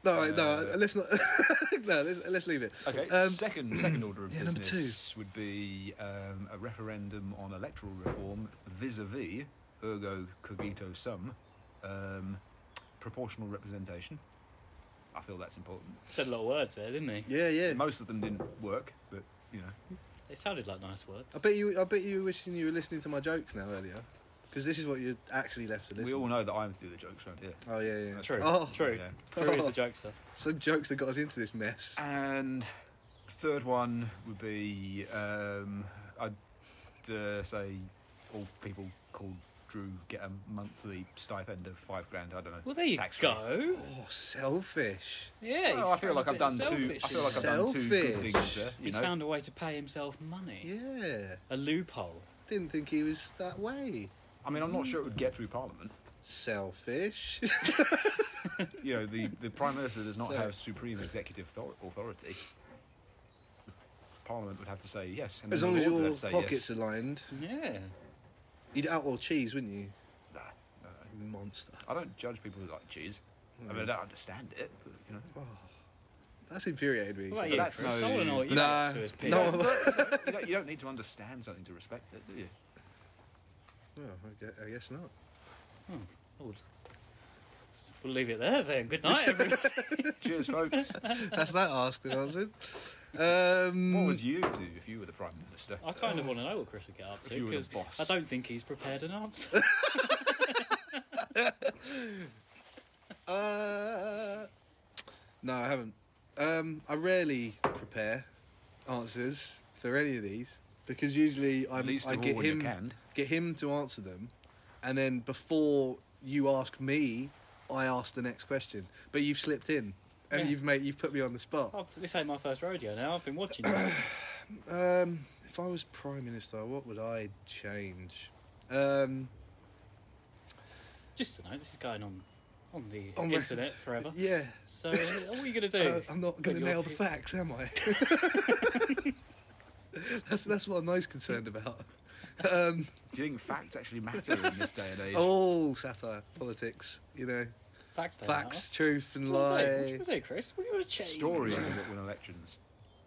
[SPEAKER 3] No, no,
[SPEAKER 2] Uh,
[SPEAKER 3] let's not. no, let's, let's leave it.
[SPEAKER 2] out. Okay.
[SPEAKER 3] Um,
[SPEAKER 2] second, second order of
[SPEAKER 3] yeah, number two.
[SPEAKER 2] business would be um, a referendum on electoral reform vis-a-vis ergo cogito sum, um, proportional representation. I feel that's important.
[SPEAKER 4] Said a lot of words there, didn't he?
[SPEAKER 3] Yeah, yeah.
[SPEAKER 2] Most of them didn't work, but you know.
[SPEAKER 4] They sounded like nice words.
[SPEAKER 3] I bet you. I bet you were wishing you were listening to my jokes now earlier, because this is what you actually left to listen.
[SPEAKER 2] We all know that I'm through the jokes around here.
[SPEAKER 3] Oh yeah, yeah.
[SPEAKER 2] That's
[SPEAKER 4] True.
[SPEAKER 3] Oh,
[SPEAKER 4] True.
[SPEAKER 2] Yeah.
[SPEAKER 4] Drew is the jokester.
[SPEAKER 3] some jokes that got us into this mess.
[SPEAKER 2] Uh, And third one would be um, I'd uh, say all people called Drew get a monthly stipend of five grand. I don't know.
[SPEAKER 4] Well, there you
[SPEAKER 2] tax-free.
[SPEAKER 4] go.
[SPEAKER 3] Oh, selfish.
[SPEAKER 2] Well,
[SPEAKER 4] Yeah. he's
[SPEAKER 2] I feel
[SPEAKER 4] found
[SPEAKER 2] like
[SPEAKER 4] a
[SPEAKER 2] I've
[SPEAKER 4] bit of
[SPEAKER 2] done two. I feel like I've
[SPEAKER 4] selfishness.
[SPEAKER 2] done two good
[SPEAKER 3] Selfish.
[SPEAKER 2] things there. You
[SPEAKER 4] He's
[SPEAKER 2] know,
[SPEAKER 4] found a way to pay himself money.
[SPEAKER 3] Yeah.
[SPEAKER 4] A loophole.
[SPEAKER 3] Didn't think he was that way.
[SPEAKER 2] I mean, I'm not sure it would get through Parliament.
[SPEAKER 3] Selfish.
[SPEAKER 2] You know, the, the Prime Minister does not
[SPEAKER 3] So-
[SPEAKER 2] have supreme executive thor- authority. Parliament would have to say yes. And
[SPEAKER 3] as
[SPEAKER 2] then
[SPEAKER 3] long
[SPEAKER 2] the
[SPEAKER 3] as
[SPEAKER 2] Lords would
[SPEAKER 3] your
[SPEAKER 2] have to say
[SPEAKER 3] pockets
[SPEAKER 2] yes.
[SPEAKER 3] are lined,
[SPEAKER 4] Yeah.
[SPEAKER 3] you'd outlaw cheese, wouldn't you?
[SPEAKER 2] Nah, no,
[SPEAKER 3] You Monster.
[SPEAKER 2] I don't judge people who like cheese. I mean, I don't understand it, but, you know.
[SPEAKER 3] That's infuriated me.
[SPEAKER 4] What about
[SPEAKER 2] But
[SPEAKER 4] you?
[SPEAKER 2] that's
[SPEAKER 4] Chris?
[SPEAKER 2] no-
[SPEAKER 4] I want to know what you
[SPEAKER 3] Nah,
[SPEAKER 4] think to his
[SPEAKER 3] no.
[SPEAKER 4] peers.
[SPEAKER 2] You don't- you, don't, you don't need to understand something to respect it, do you?
[SPEAKER 3] Well, I guess, I guess not.
[SPEAKER 4] Oh. We'll leave it there then. Good night, everyone.
[SPEAKER 2] Cheers, folks.
[SPEAKER 3] That's that asked and answered. Um,
[SPEAKER 2] what would you do if you were the Prime Minister?
[SPEAKER 4] I kind of want to know what Chris will get up
[SPEAKER 2] If you
[SPEAKER 4] to
[SPEAKER 2] were the
[SPEAKER 4] because
[SPEAKER 2] boss.
[SPEAKER 4] I don't think he's prepared an answer.
[SPEAKER 3] Uh, no, I haven't. Um, I rarely prepare answers for any of these because usually I'm,
[SPEAKER 2] At least
[SPEAKER 3] I
[SPEAKER 2] of all
[SPEAKER 3] get
[SPEAKER 2] when you
[SPEAKER 3] him
[SPEAKER 2] can.
[SPEAKER 3] get him to answer them, and then before you ask me, I ask the next question. But you've slipped in and
[SPEAKER 4] Yeah.
[SPEAKER 3] you've made you've put me on the spot.
[SPEAKER 4] Oh, this ain't my first rodeo now. I've been watching. you.
[SPEAKER 3] Um, if I was prime minister, what would I change? Um,
[SPEAKER 4] Just to know, this is going on on the
[SPEAKER 3] On re-
[SPEAKER 4] internet forever.
[SPEAKER 3] yeah,
[SPEAKER 4] So, uh, what are you going to do?
[SPEAKER 3] Uh, I'm not going
[SPEAKER 4] Put
[SPEAKER 3] to
[SPEAKER 4] your
[SPEAKER 3] nail the
[SPEAKER 4] pe-
[SPEAKER 3] facts, am I? that's that's what I'm most concerned about. Um,
[SPEAKER 2] Do you think facts actually matter in this day and age?
[SPEAKER 3] oh, satire, politics, you know,
[SPEAKER 4] Facts. don't
[SPEAKER 3] facts, truth, and
[SPEAKER 4] matter. What do you
[SPEAKER 3] lie.
[SPEAKER 4] do? What do you do, Chris? What do you want to change?
[SPEAKER 2] Stories are what win elections.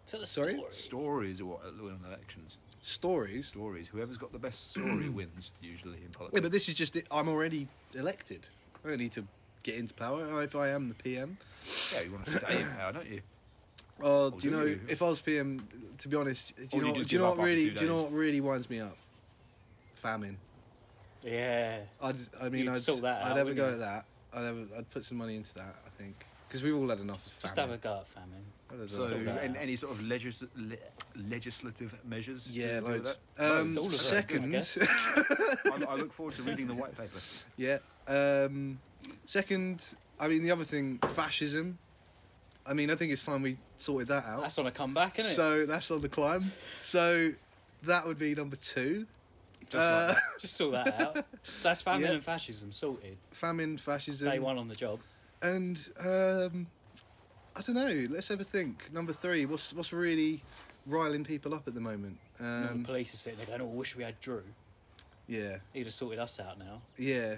[SPEAKER 4] Tell a
[SPEAKER 3] Sorry?
[SPEAKER 4] story.
[SPEAKER 2] Stories are what win elections.
[SPEAKER 3] Stories.
[SPEAKER 2] Stories. Whoever's got the best story wins, usually, in politics.
[SPEAKER 3] Yeah, Mm. but this is just it. I'm already elected. I don't need to get into power Uh, if I am the PM.
[SPEAKER 2] Yeah, you want to stay in power, don't you?
[SPEAKER 3] Oh,
[SPEAKER 2] Oh,
[SPEAKER 3] do
[SPEAKER 2] do
[SPEAKER 3] you know
[SPEAKER 2] you?
[SPEAKER 3] if I was PM? To be honest, do
[SPEAKER 2] Or
[SPEAKER 3] you
[SPEAKER 2] do you
[SPEAKER 3] know?
[SPEAKER 2] just
[SPEAKER 3] do you
[SPEAKER 2] give
[SPEAKER 3] know
[SPEAKER 2] up
[SPEAKER 3] what
[SPEAKER 2] after
[SPEAKER 3] really?
[SPEAKER 2] two
[SPEAKER 3] Do you know
[SPEAKER 2] days?
[SPEAKER 3] what really winds me up? Famine.
[SPEAKER 4] Yeah.
[SPEAKER 3] I'd, I mean,
[SPEAKER 4] You'd
[SPEAKER 3] I'd,
[SPEAKER 4] sort that
[SPEAKER 3] I'd
[SPEAKER 4] out,
[SPEAKER 3] have a
[SPEAKER 4] wouldn't
[SPEAKER 3] go
[SPEAKER 4] you?
[SPEAKER 3] at that. I'd, have, a- I'd put some money into that, I think. Because we've all had enough of
[SPEAKER 4] Just have a
[SPEAKER 3] famine.
[SPEAKER 4] go at famine.
[SPEAKER 3] I'd have
[SPEAKER 2] So,
[SPEAKER 3] done that.
[SPEAKER 4] that
[SPEAKER 2] and
[SPEAKER 4] out.
[SPEAKER 2] any sort of legis- le- legislative measures?
[SPEAKER 3] yeah,
[SPEAKER 2] to do with
[SPEAKER 3] loads.
[SPEAKER 2] that?
[SPEAKER 3] Um,
[SPEAKER 4] Loads, all of it, I
[SPEAKER 3] second,
[SPEAKER 4] guess.
[SPEAKER 2] I, I look forward to reading the white paper.
[SPEAKER 3] yeah. Um, second, I mean, the other thing, fascism. I mean, I think it's time we sorted that out.
[SPEAKER 4] That's on a comeback, isn't it?
[SPEAKER 3] Oh. so that's on the climb. So that would be number two.
[SPEAKER 2] Just
[SPEAKER 3] Uh,
[SPEAKER 2] like that.
[SPEAKER 4] Just sort that out. So that's famine
[SPEAKER 3] Yeah.
[SPEAKER 4] and fascism sorted.
[SPEAKER 3] Famine, fascism,
[SPEAKER 4] Day one on the job.
[SPEAKER 3] and um, I don't know. Let's have a think. Number three, what's what's really riling people up at the moment?
[SPEAKER 4] And all the
[SPEAKER 3] Um,
[SPEAKER 4] police are sitting there going, "Oh, I wish we had Drew.
[SPEAKER 3] yeah.
[SPEAKER 4] He'd have sorted us out now."
[SPEAKER 3] Yeah.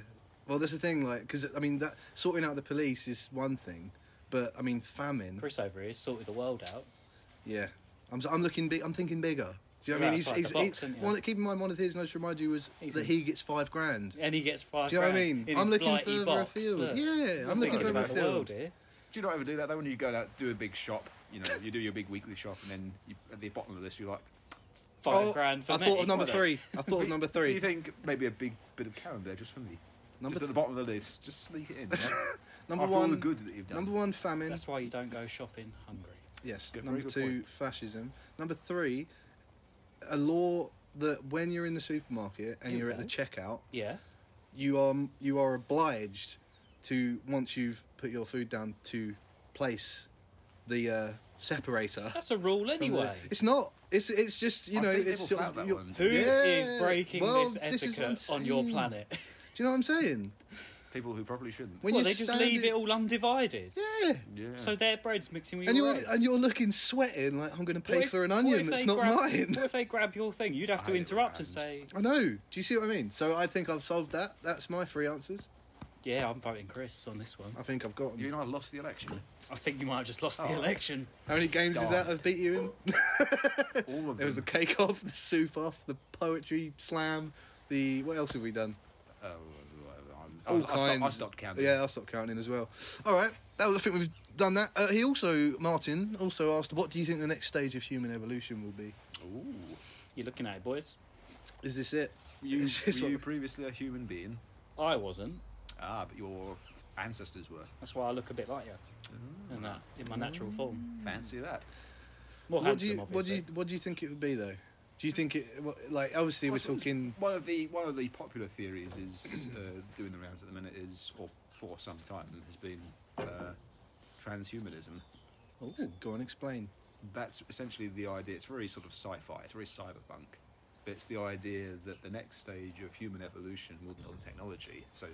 [SPEAKER 3] Well, that's the thing, like, because I mean, that sorting out the police is one thing, but I mean, famine.
[SPEAKER 4] Chris over here sorted the world out.
[SPEAKER 3] Yeah. I'm, s- I'm looking big. I'm thinking bigger. Do you know what
[SPEAKER 4] You're
[SPEAKER 3] I mean? He's,
[SPEAKER 4] outside
[SPEAKER 3] he's,
[SPEAKER 4] the
[SPEAKER 3] he-
[SPEAKER 4] box, aren't you?
[SPEAKER 3] one, keep in mind, one of his notes to remind you was
[SPEAKER 4] He's
[SPEAKER 3] that
[SPEAKER 4] in-
[SPEAKER 3] he gets five grand.
[SPEAKER 4] and he gets five.
[SPEAKER 3] Do you know what I
[SPEAKER 4] grand
[SPEAKER 3] mean?
[SPEAKER 4] in
[SPEAKER 3] I'm
[SPEAKER 4] his
[SPEAKER 3] looking
[SPEAKER 4] blighty
[SPEAKER 3] further
[SPEAKER 4] box.
[SPEAKER 3] afield.
[SPEAKER 4] Look,
[SPEAKER 3] Yeah, I'm looking
[SPEAKER 4] thinking
[SPEAKER 3] further
[SPEAKER 4] about the world
[SPEAKER 3] afield.
[SPEAKER 4] here.
[SPEAKER 2] Do you not ever do that though? When you go out, do a big shop, you know, you do your big weekly shop, and then you, at the bottom of this, you're like,
[SPEAKER 4] Five
[SPEAKER 3] Oh,
[SPEAKER 4] grand for
[SPEAKER 3] I
[SPEAKER 4] me.
[SPEAKER 3] thought of number
[SPEAKER 4] What a-
[SPEAKER 3] three. I thought of
[SPEAKER 2] Do-
[SPEAKER 3] number
[SPEAKER 2] Do
[SPEAKER 3] three.
[SPEAKER 2] you think maybe a big bit of carom there just for me?
[SPEAKER 3] Number
[SPEAKER 2] just at the
[SPEAKER 3] th-
[SPEAKER 2] bottom of the list, just sneak it in. you know?
[SPEAKER 3] number
[SPEAKER 2] After all the
[SPEAKER 3] one.
[SPEAKER 2] good that you've done.
[SPEAKER 3] Number one, famine.
[SPEAKER 4] That's why you don't go shopping hungry.
[SPEAKER 3] Yes.
[SPEAKER 2] Good, very
[SPEAKER 3] Number
[SPEAKER 2] good
[SPEAKER 3] two,
[SPEAKER 2] point.
[SPEAKER 3] fascism. Number three, a law that when you're in the supermarket and
[SPEAKER 4] Here
[SPEAKER 3] you're
[SPEAKER 4] we
[SPEAKER 3] at the checkout,
[SPEAKER 4] Yeah.
[SPEAKER 3] you are you are obliged to once you've put your food down to place the uh, separator.
[SPEAKER 4] That's a rule
[SPEAKER 3] from the-
[SPEAKER 4] anyway.
[SPEAKER 3] it's not. It's it's just you
[SPEAKER 2] I've
[SPEAKER 3] know
[SPEAKER 2] seen
[SPEAKER 3] it's
[SPEAKER 2] people
[SPEAKER 3] sort
[SPEAKER 2] flout
[SPEAKER 3] of
[SPEAKER 2] that
[SPEAKER 3] your-
[SPEAKER 2] one.
[SPEAKER 4] Who is
[SPEAKER 3] Yeah,
[SPEAKER 4] breaking
[SPEAKER 3] well,
[SPEAKER 4] this
[SPEAKER 3] this is
[SPEAKER 4] etiquette
[SPEAKER 3] what I'm
[SPEAKER 4] on your
[SPEAKER 3] saying.
[SPEAKER 4] planet?
[SPEAKER 3] Do you know what I'm saying?
[SPEAKER 2] People who probably shouldn't.
[SPEAKER 3] When
[SPEAKER 4] well,
[SPEAKER 3] you
[SPEAKER 4] they just leave it
[SPEAKER 3] standing-
[SPEAKER 4] all undivided.
[SPEAKER 3] Yeah.
[SPEAKER 2] Yeah.
[SPEAKER 4] So their bread's mixing with
[SPEAKER 3] And
[SPEAKER 4] your
[SPEAKER 3] you're
[SPEAKER 4] eggs.
[SPEAKER 3] and you're looking sweating like I'm going to pay
[SPEAKER 4] What if-
[SPEAKER 3] for an
[SPEAKER 4] what
[SPEAKER 3] onion
[SPEAKER 4] if
[SPEAKER 3] that's
[SPEAKER 4] they
[SPEAKER 3] not
[SPEAKER 4] grab-
[SPEAKER 3] mine.
[SPEAKER 4] What if they grab your thing? You'd have
[SPEAKER 2] I
[SPEAKER 4] to
[SPEAKER 2] hate it
[SPEAKER 4] interrupt
[SPEAKER 2] when
[SPEAKER 4] and
[SPEAKER 2] it
[SPEAKER 4] say,
[SPEAKER 3] I know. Do you see what I mean? So I think I've solved that. That's my three answers.
[SPEAKER 4] "Yeah, I'm voting Chris on this one.
[SPEAKER 3] I think I've got 'em.
[SPEAKER 2] you and I lost the election.
[SPEAKER 4] I think you might have just lost the
[SPEAKER 2] Oh.
[SPEAKER 4] election."
[SPEAKER 3] How many games is that I've beat you in?
[SPEAKER 2] All of
[SPEAKER 3] There was the
[SPEAKER 2] them.
[SPEAKER 3] cake off, the soup off, the poetry slam, the what else have we done?
[SPEAKER 2] Oh, well, I'm-
[SPEAKER 3] All
[SPEAKER 2] I, I, stopped, I
[SPEAKER 3] kinds.
[SPEAKER 2] stopped counting.
[SPEAKER 3] Yeah, I'll stop counting as well. All right, that was, I think we've done that. Uh, he also Martin also asked, what do you think the next stage of human evolution will be?
[SPEAKER 2] Ooh.
[SPEAKER 4] You're looking at it, boys.
[SPEAKER 3] Is this it?
[SPEAKER 2] You,
[SPEAKER 3] Is this
[SPEAKER 2] were you
[SPEAKER 3] what-
[SPEAKER 2] previously a human being?
[SPEAKER 4] I wasn't.
[SPEAKER 2] Ah, but your ancestors were.
[SPEAKER 4] That's why I look a bit like you,
[SPEAKER 3] Mm.
[SPEAKER 4] and that in my natural form.
[SPEAKER 2] Fancy that.
[SPEAKER 4] More
[SPEAKER 3] what do
[SPEAKER 4] handsome,
[SPEAKER 3] you what do
[SPEAKER 4] obviously.
[SPEAKER 3] you what do you think it would be though? Do you think it what, like obviously
[SPEAKER 2] I
[SPEAKER 3] we're
[SPEAKER 2] suppose
[SPEAKER 3] talking
[SPEAKER 2] One of the one of the popular theories is uh, doing the rounds at the minute is, or for some time has been uh, transhumanism.
[SPEAKER 4] Ooh.
[SPEAKER 3] go on explain.
[SPEAKER 2] That's essentially the idea. It's very sort of sci-fi. It's very cyberpunk. But it's the idea that the next stage of human evolution will be on technology, so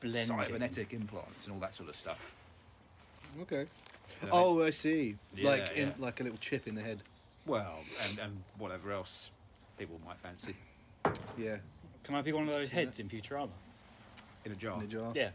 [SPEAKER 4] Blending.
[SPEAKER 2] cybernetic implants and all that sort of stuff. You
[SPEAKER 3] Okay.
[SPEAKER 2] know what I mean?
[SPEAKER 3] Oh, I see. like
[SPEAKER 2] Yeah,
[SPEAKER 3] in,
[SPEAKER 2] yeah.
[SPEAKER 3] like a little chip in the head.
[SPEAKER 2] well, and, and whatever else people might fancy
[SPEAKER 3] Yeah,
[SPEAKER 4] Can I be one of those
[SPEAKER 3] See that? Oh.
[SPEAKER 4] heads in Futurama?
[SPEAKER 2] in a jar.
[SPEAKER 3] in a jar.
[SPEAKER 4] Yeah,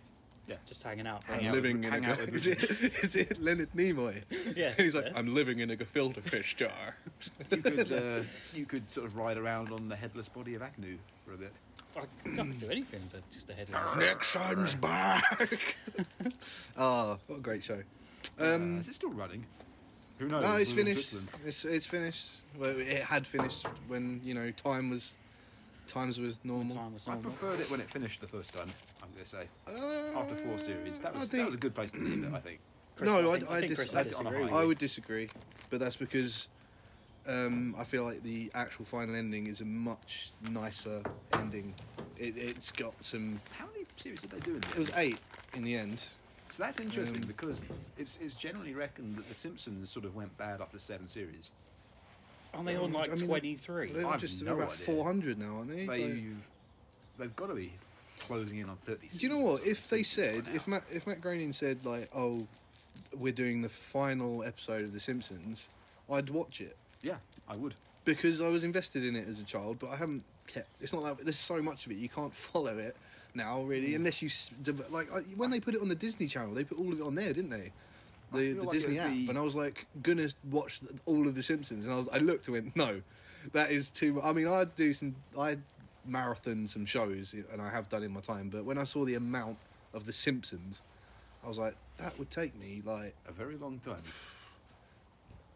[SPEAKER 2] Yeah.
[SPEAKER 4] just hanging out.
[SPEAKER 2] Hanging
[SPEAKER 4] right?
[SPEAKER 2] out.
[SPEAKER 3] living in a
[SPEAKER 2] hang out
[SPEAKER 3] jar.
[SPEAKER 2] with
[SPEAKER 3] Is it, is it Leonard Nimoy?
[SPEAKER 4] Yeah,
[SPEAKER 3] He's like,
[SPEAKER 4] yeah.
[SPEAKER 3] I'm living in a gefilte fish jar.
[SPEAKER 2] You could uh, you could sort of ride around on the headless body of Agnew for a bit.
[SPEAKER 4] I I could do anything. so Just a head. like that.
[SPEAKER 3] Nixon's back. Ah, what a great show. Um,
[SPEAKER 2] Uh, is it still running? Who knows?
[SPEAKER 3] no, it's
[SPEAKER 2] We're in
[SPEAKER 3] finished.
[SPEAKER 2] Switzerland.
[SPEAKER 3] It's it's finished. Well, it had finished when you know time was times was normal.
[SPEAKER 4] Time was
[SPEAKER 2] I
[SPEAKER 4] normal.
[SPEAKER 2] preferred it when it finished the first time. I'm going to say
[SPEAKER 3] Uh,
[SPEAKER 2] after four series, that
[SPEAKER 3] I
[SPEAKER 2] was
[SPEAKER 3] think-
[SPEAKER 2] that was a good place to leave it. I think.
[SPEAKER 4] Chris,
[SPEAKER 3] No,
[SPEAKER 4] I,
[SPEAKER 3] I-
[SPEAKER 4] think,
[SPEAKER 3] I
[SPEAKER 4] think
[SPEAKER 3] dis-
[SPEAKER 4] Chris would
[SPEAKER 2] I-
[SPEAKER 4] disagree. with
[SPEAKER 3] I
[SPEAKER 4] you.
[SPEAKER 3] would disagree, but that's because um, I feel like the actual final ending is a much nicer ending. It, it's got some.
[SPEAKER 2] How many series did they do in there?
[SPEAKER 3] It was eight in the end.
[SPEAKER 2] So that's interesting
[SPEAKER 3] um,
[SPEAKER 2] because it's it's generally reckoned that the Simpsons sort of went bad after seven series.
[SPEAKER 4] Aren't they on like
[SPEAKER 3] Mm, I mean,
[SPEAKER 4] 23?
[SPEAKER 3] They're
[SPEAKER 2] I've
[SPEAKER 3] just
[SPEAKER 2] no
[SPEAKER 3] about
[SPEAKER 2] idea.
[SPEAKER 3] four hundred now, aren't they?
[SPEAKER 2] They
[SPEAKER 3] Like-
[SPEAKER 2] they've got to be closing in on thirty.
[SPEAKER 3] Do you know
[SPEAKER 2] seasons
[SPEAKER 3] what?
[SPEAKER 2] or
[SPEAKER 3] If
[SPEAKER 2] something
[SPEAKER 3] they said,
[SPEAKER 2] by
[SPEAKER 3] if
[SPEAKER 2] now.
[SPEAKER 3] Matt, if Matt Groening said like, "Oh, we're doing the final episode of The Simpsons," I'd watch it
[SPEAKER 2] yeah, I would.
[SPEAKER 3] because I was invested in it as a child. But I haven't kept. It's not like there's so much of it you can't follow it now, really,
[SPEAKER 2] Mm.
[SPEAKER 3] unless you s- dev- like I, when they put it on the Disney Channel, they put all of it on there, didn't they?
[SPEAKER 2] I
[SPEAKER 3] The,
[SPEAKER 2] feel
[SPEAKER 3] the
[SPEAKER 2] like
[SPEAKER 3] Disney
[SPEAKER 2] it
[SPEAKER 3] app,
[SPEAKER 2] would be-
[SPEAKER 3] and I was like, gonna watch th- all of The Simpsons, and I, was, I looked and went, no, that is too. mu- I mean, I do some, I marathon some shows, and I have done in my time, but when I saw the amount of The Simpsons, I was like, that would take me like
[SPEAKER 2] A very long time.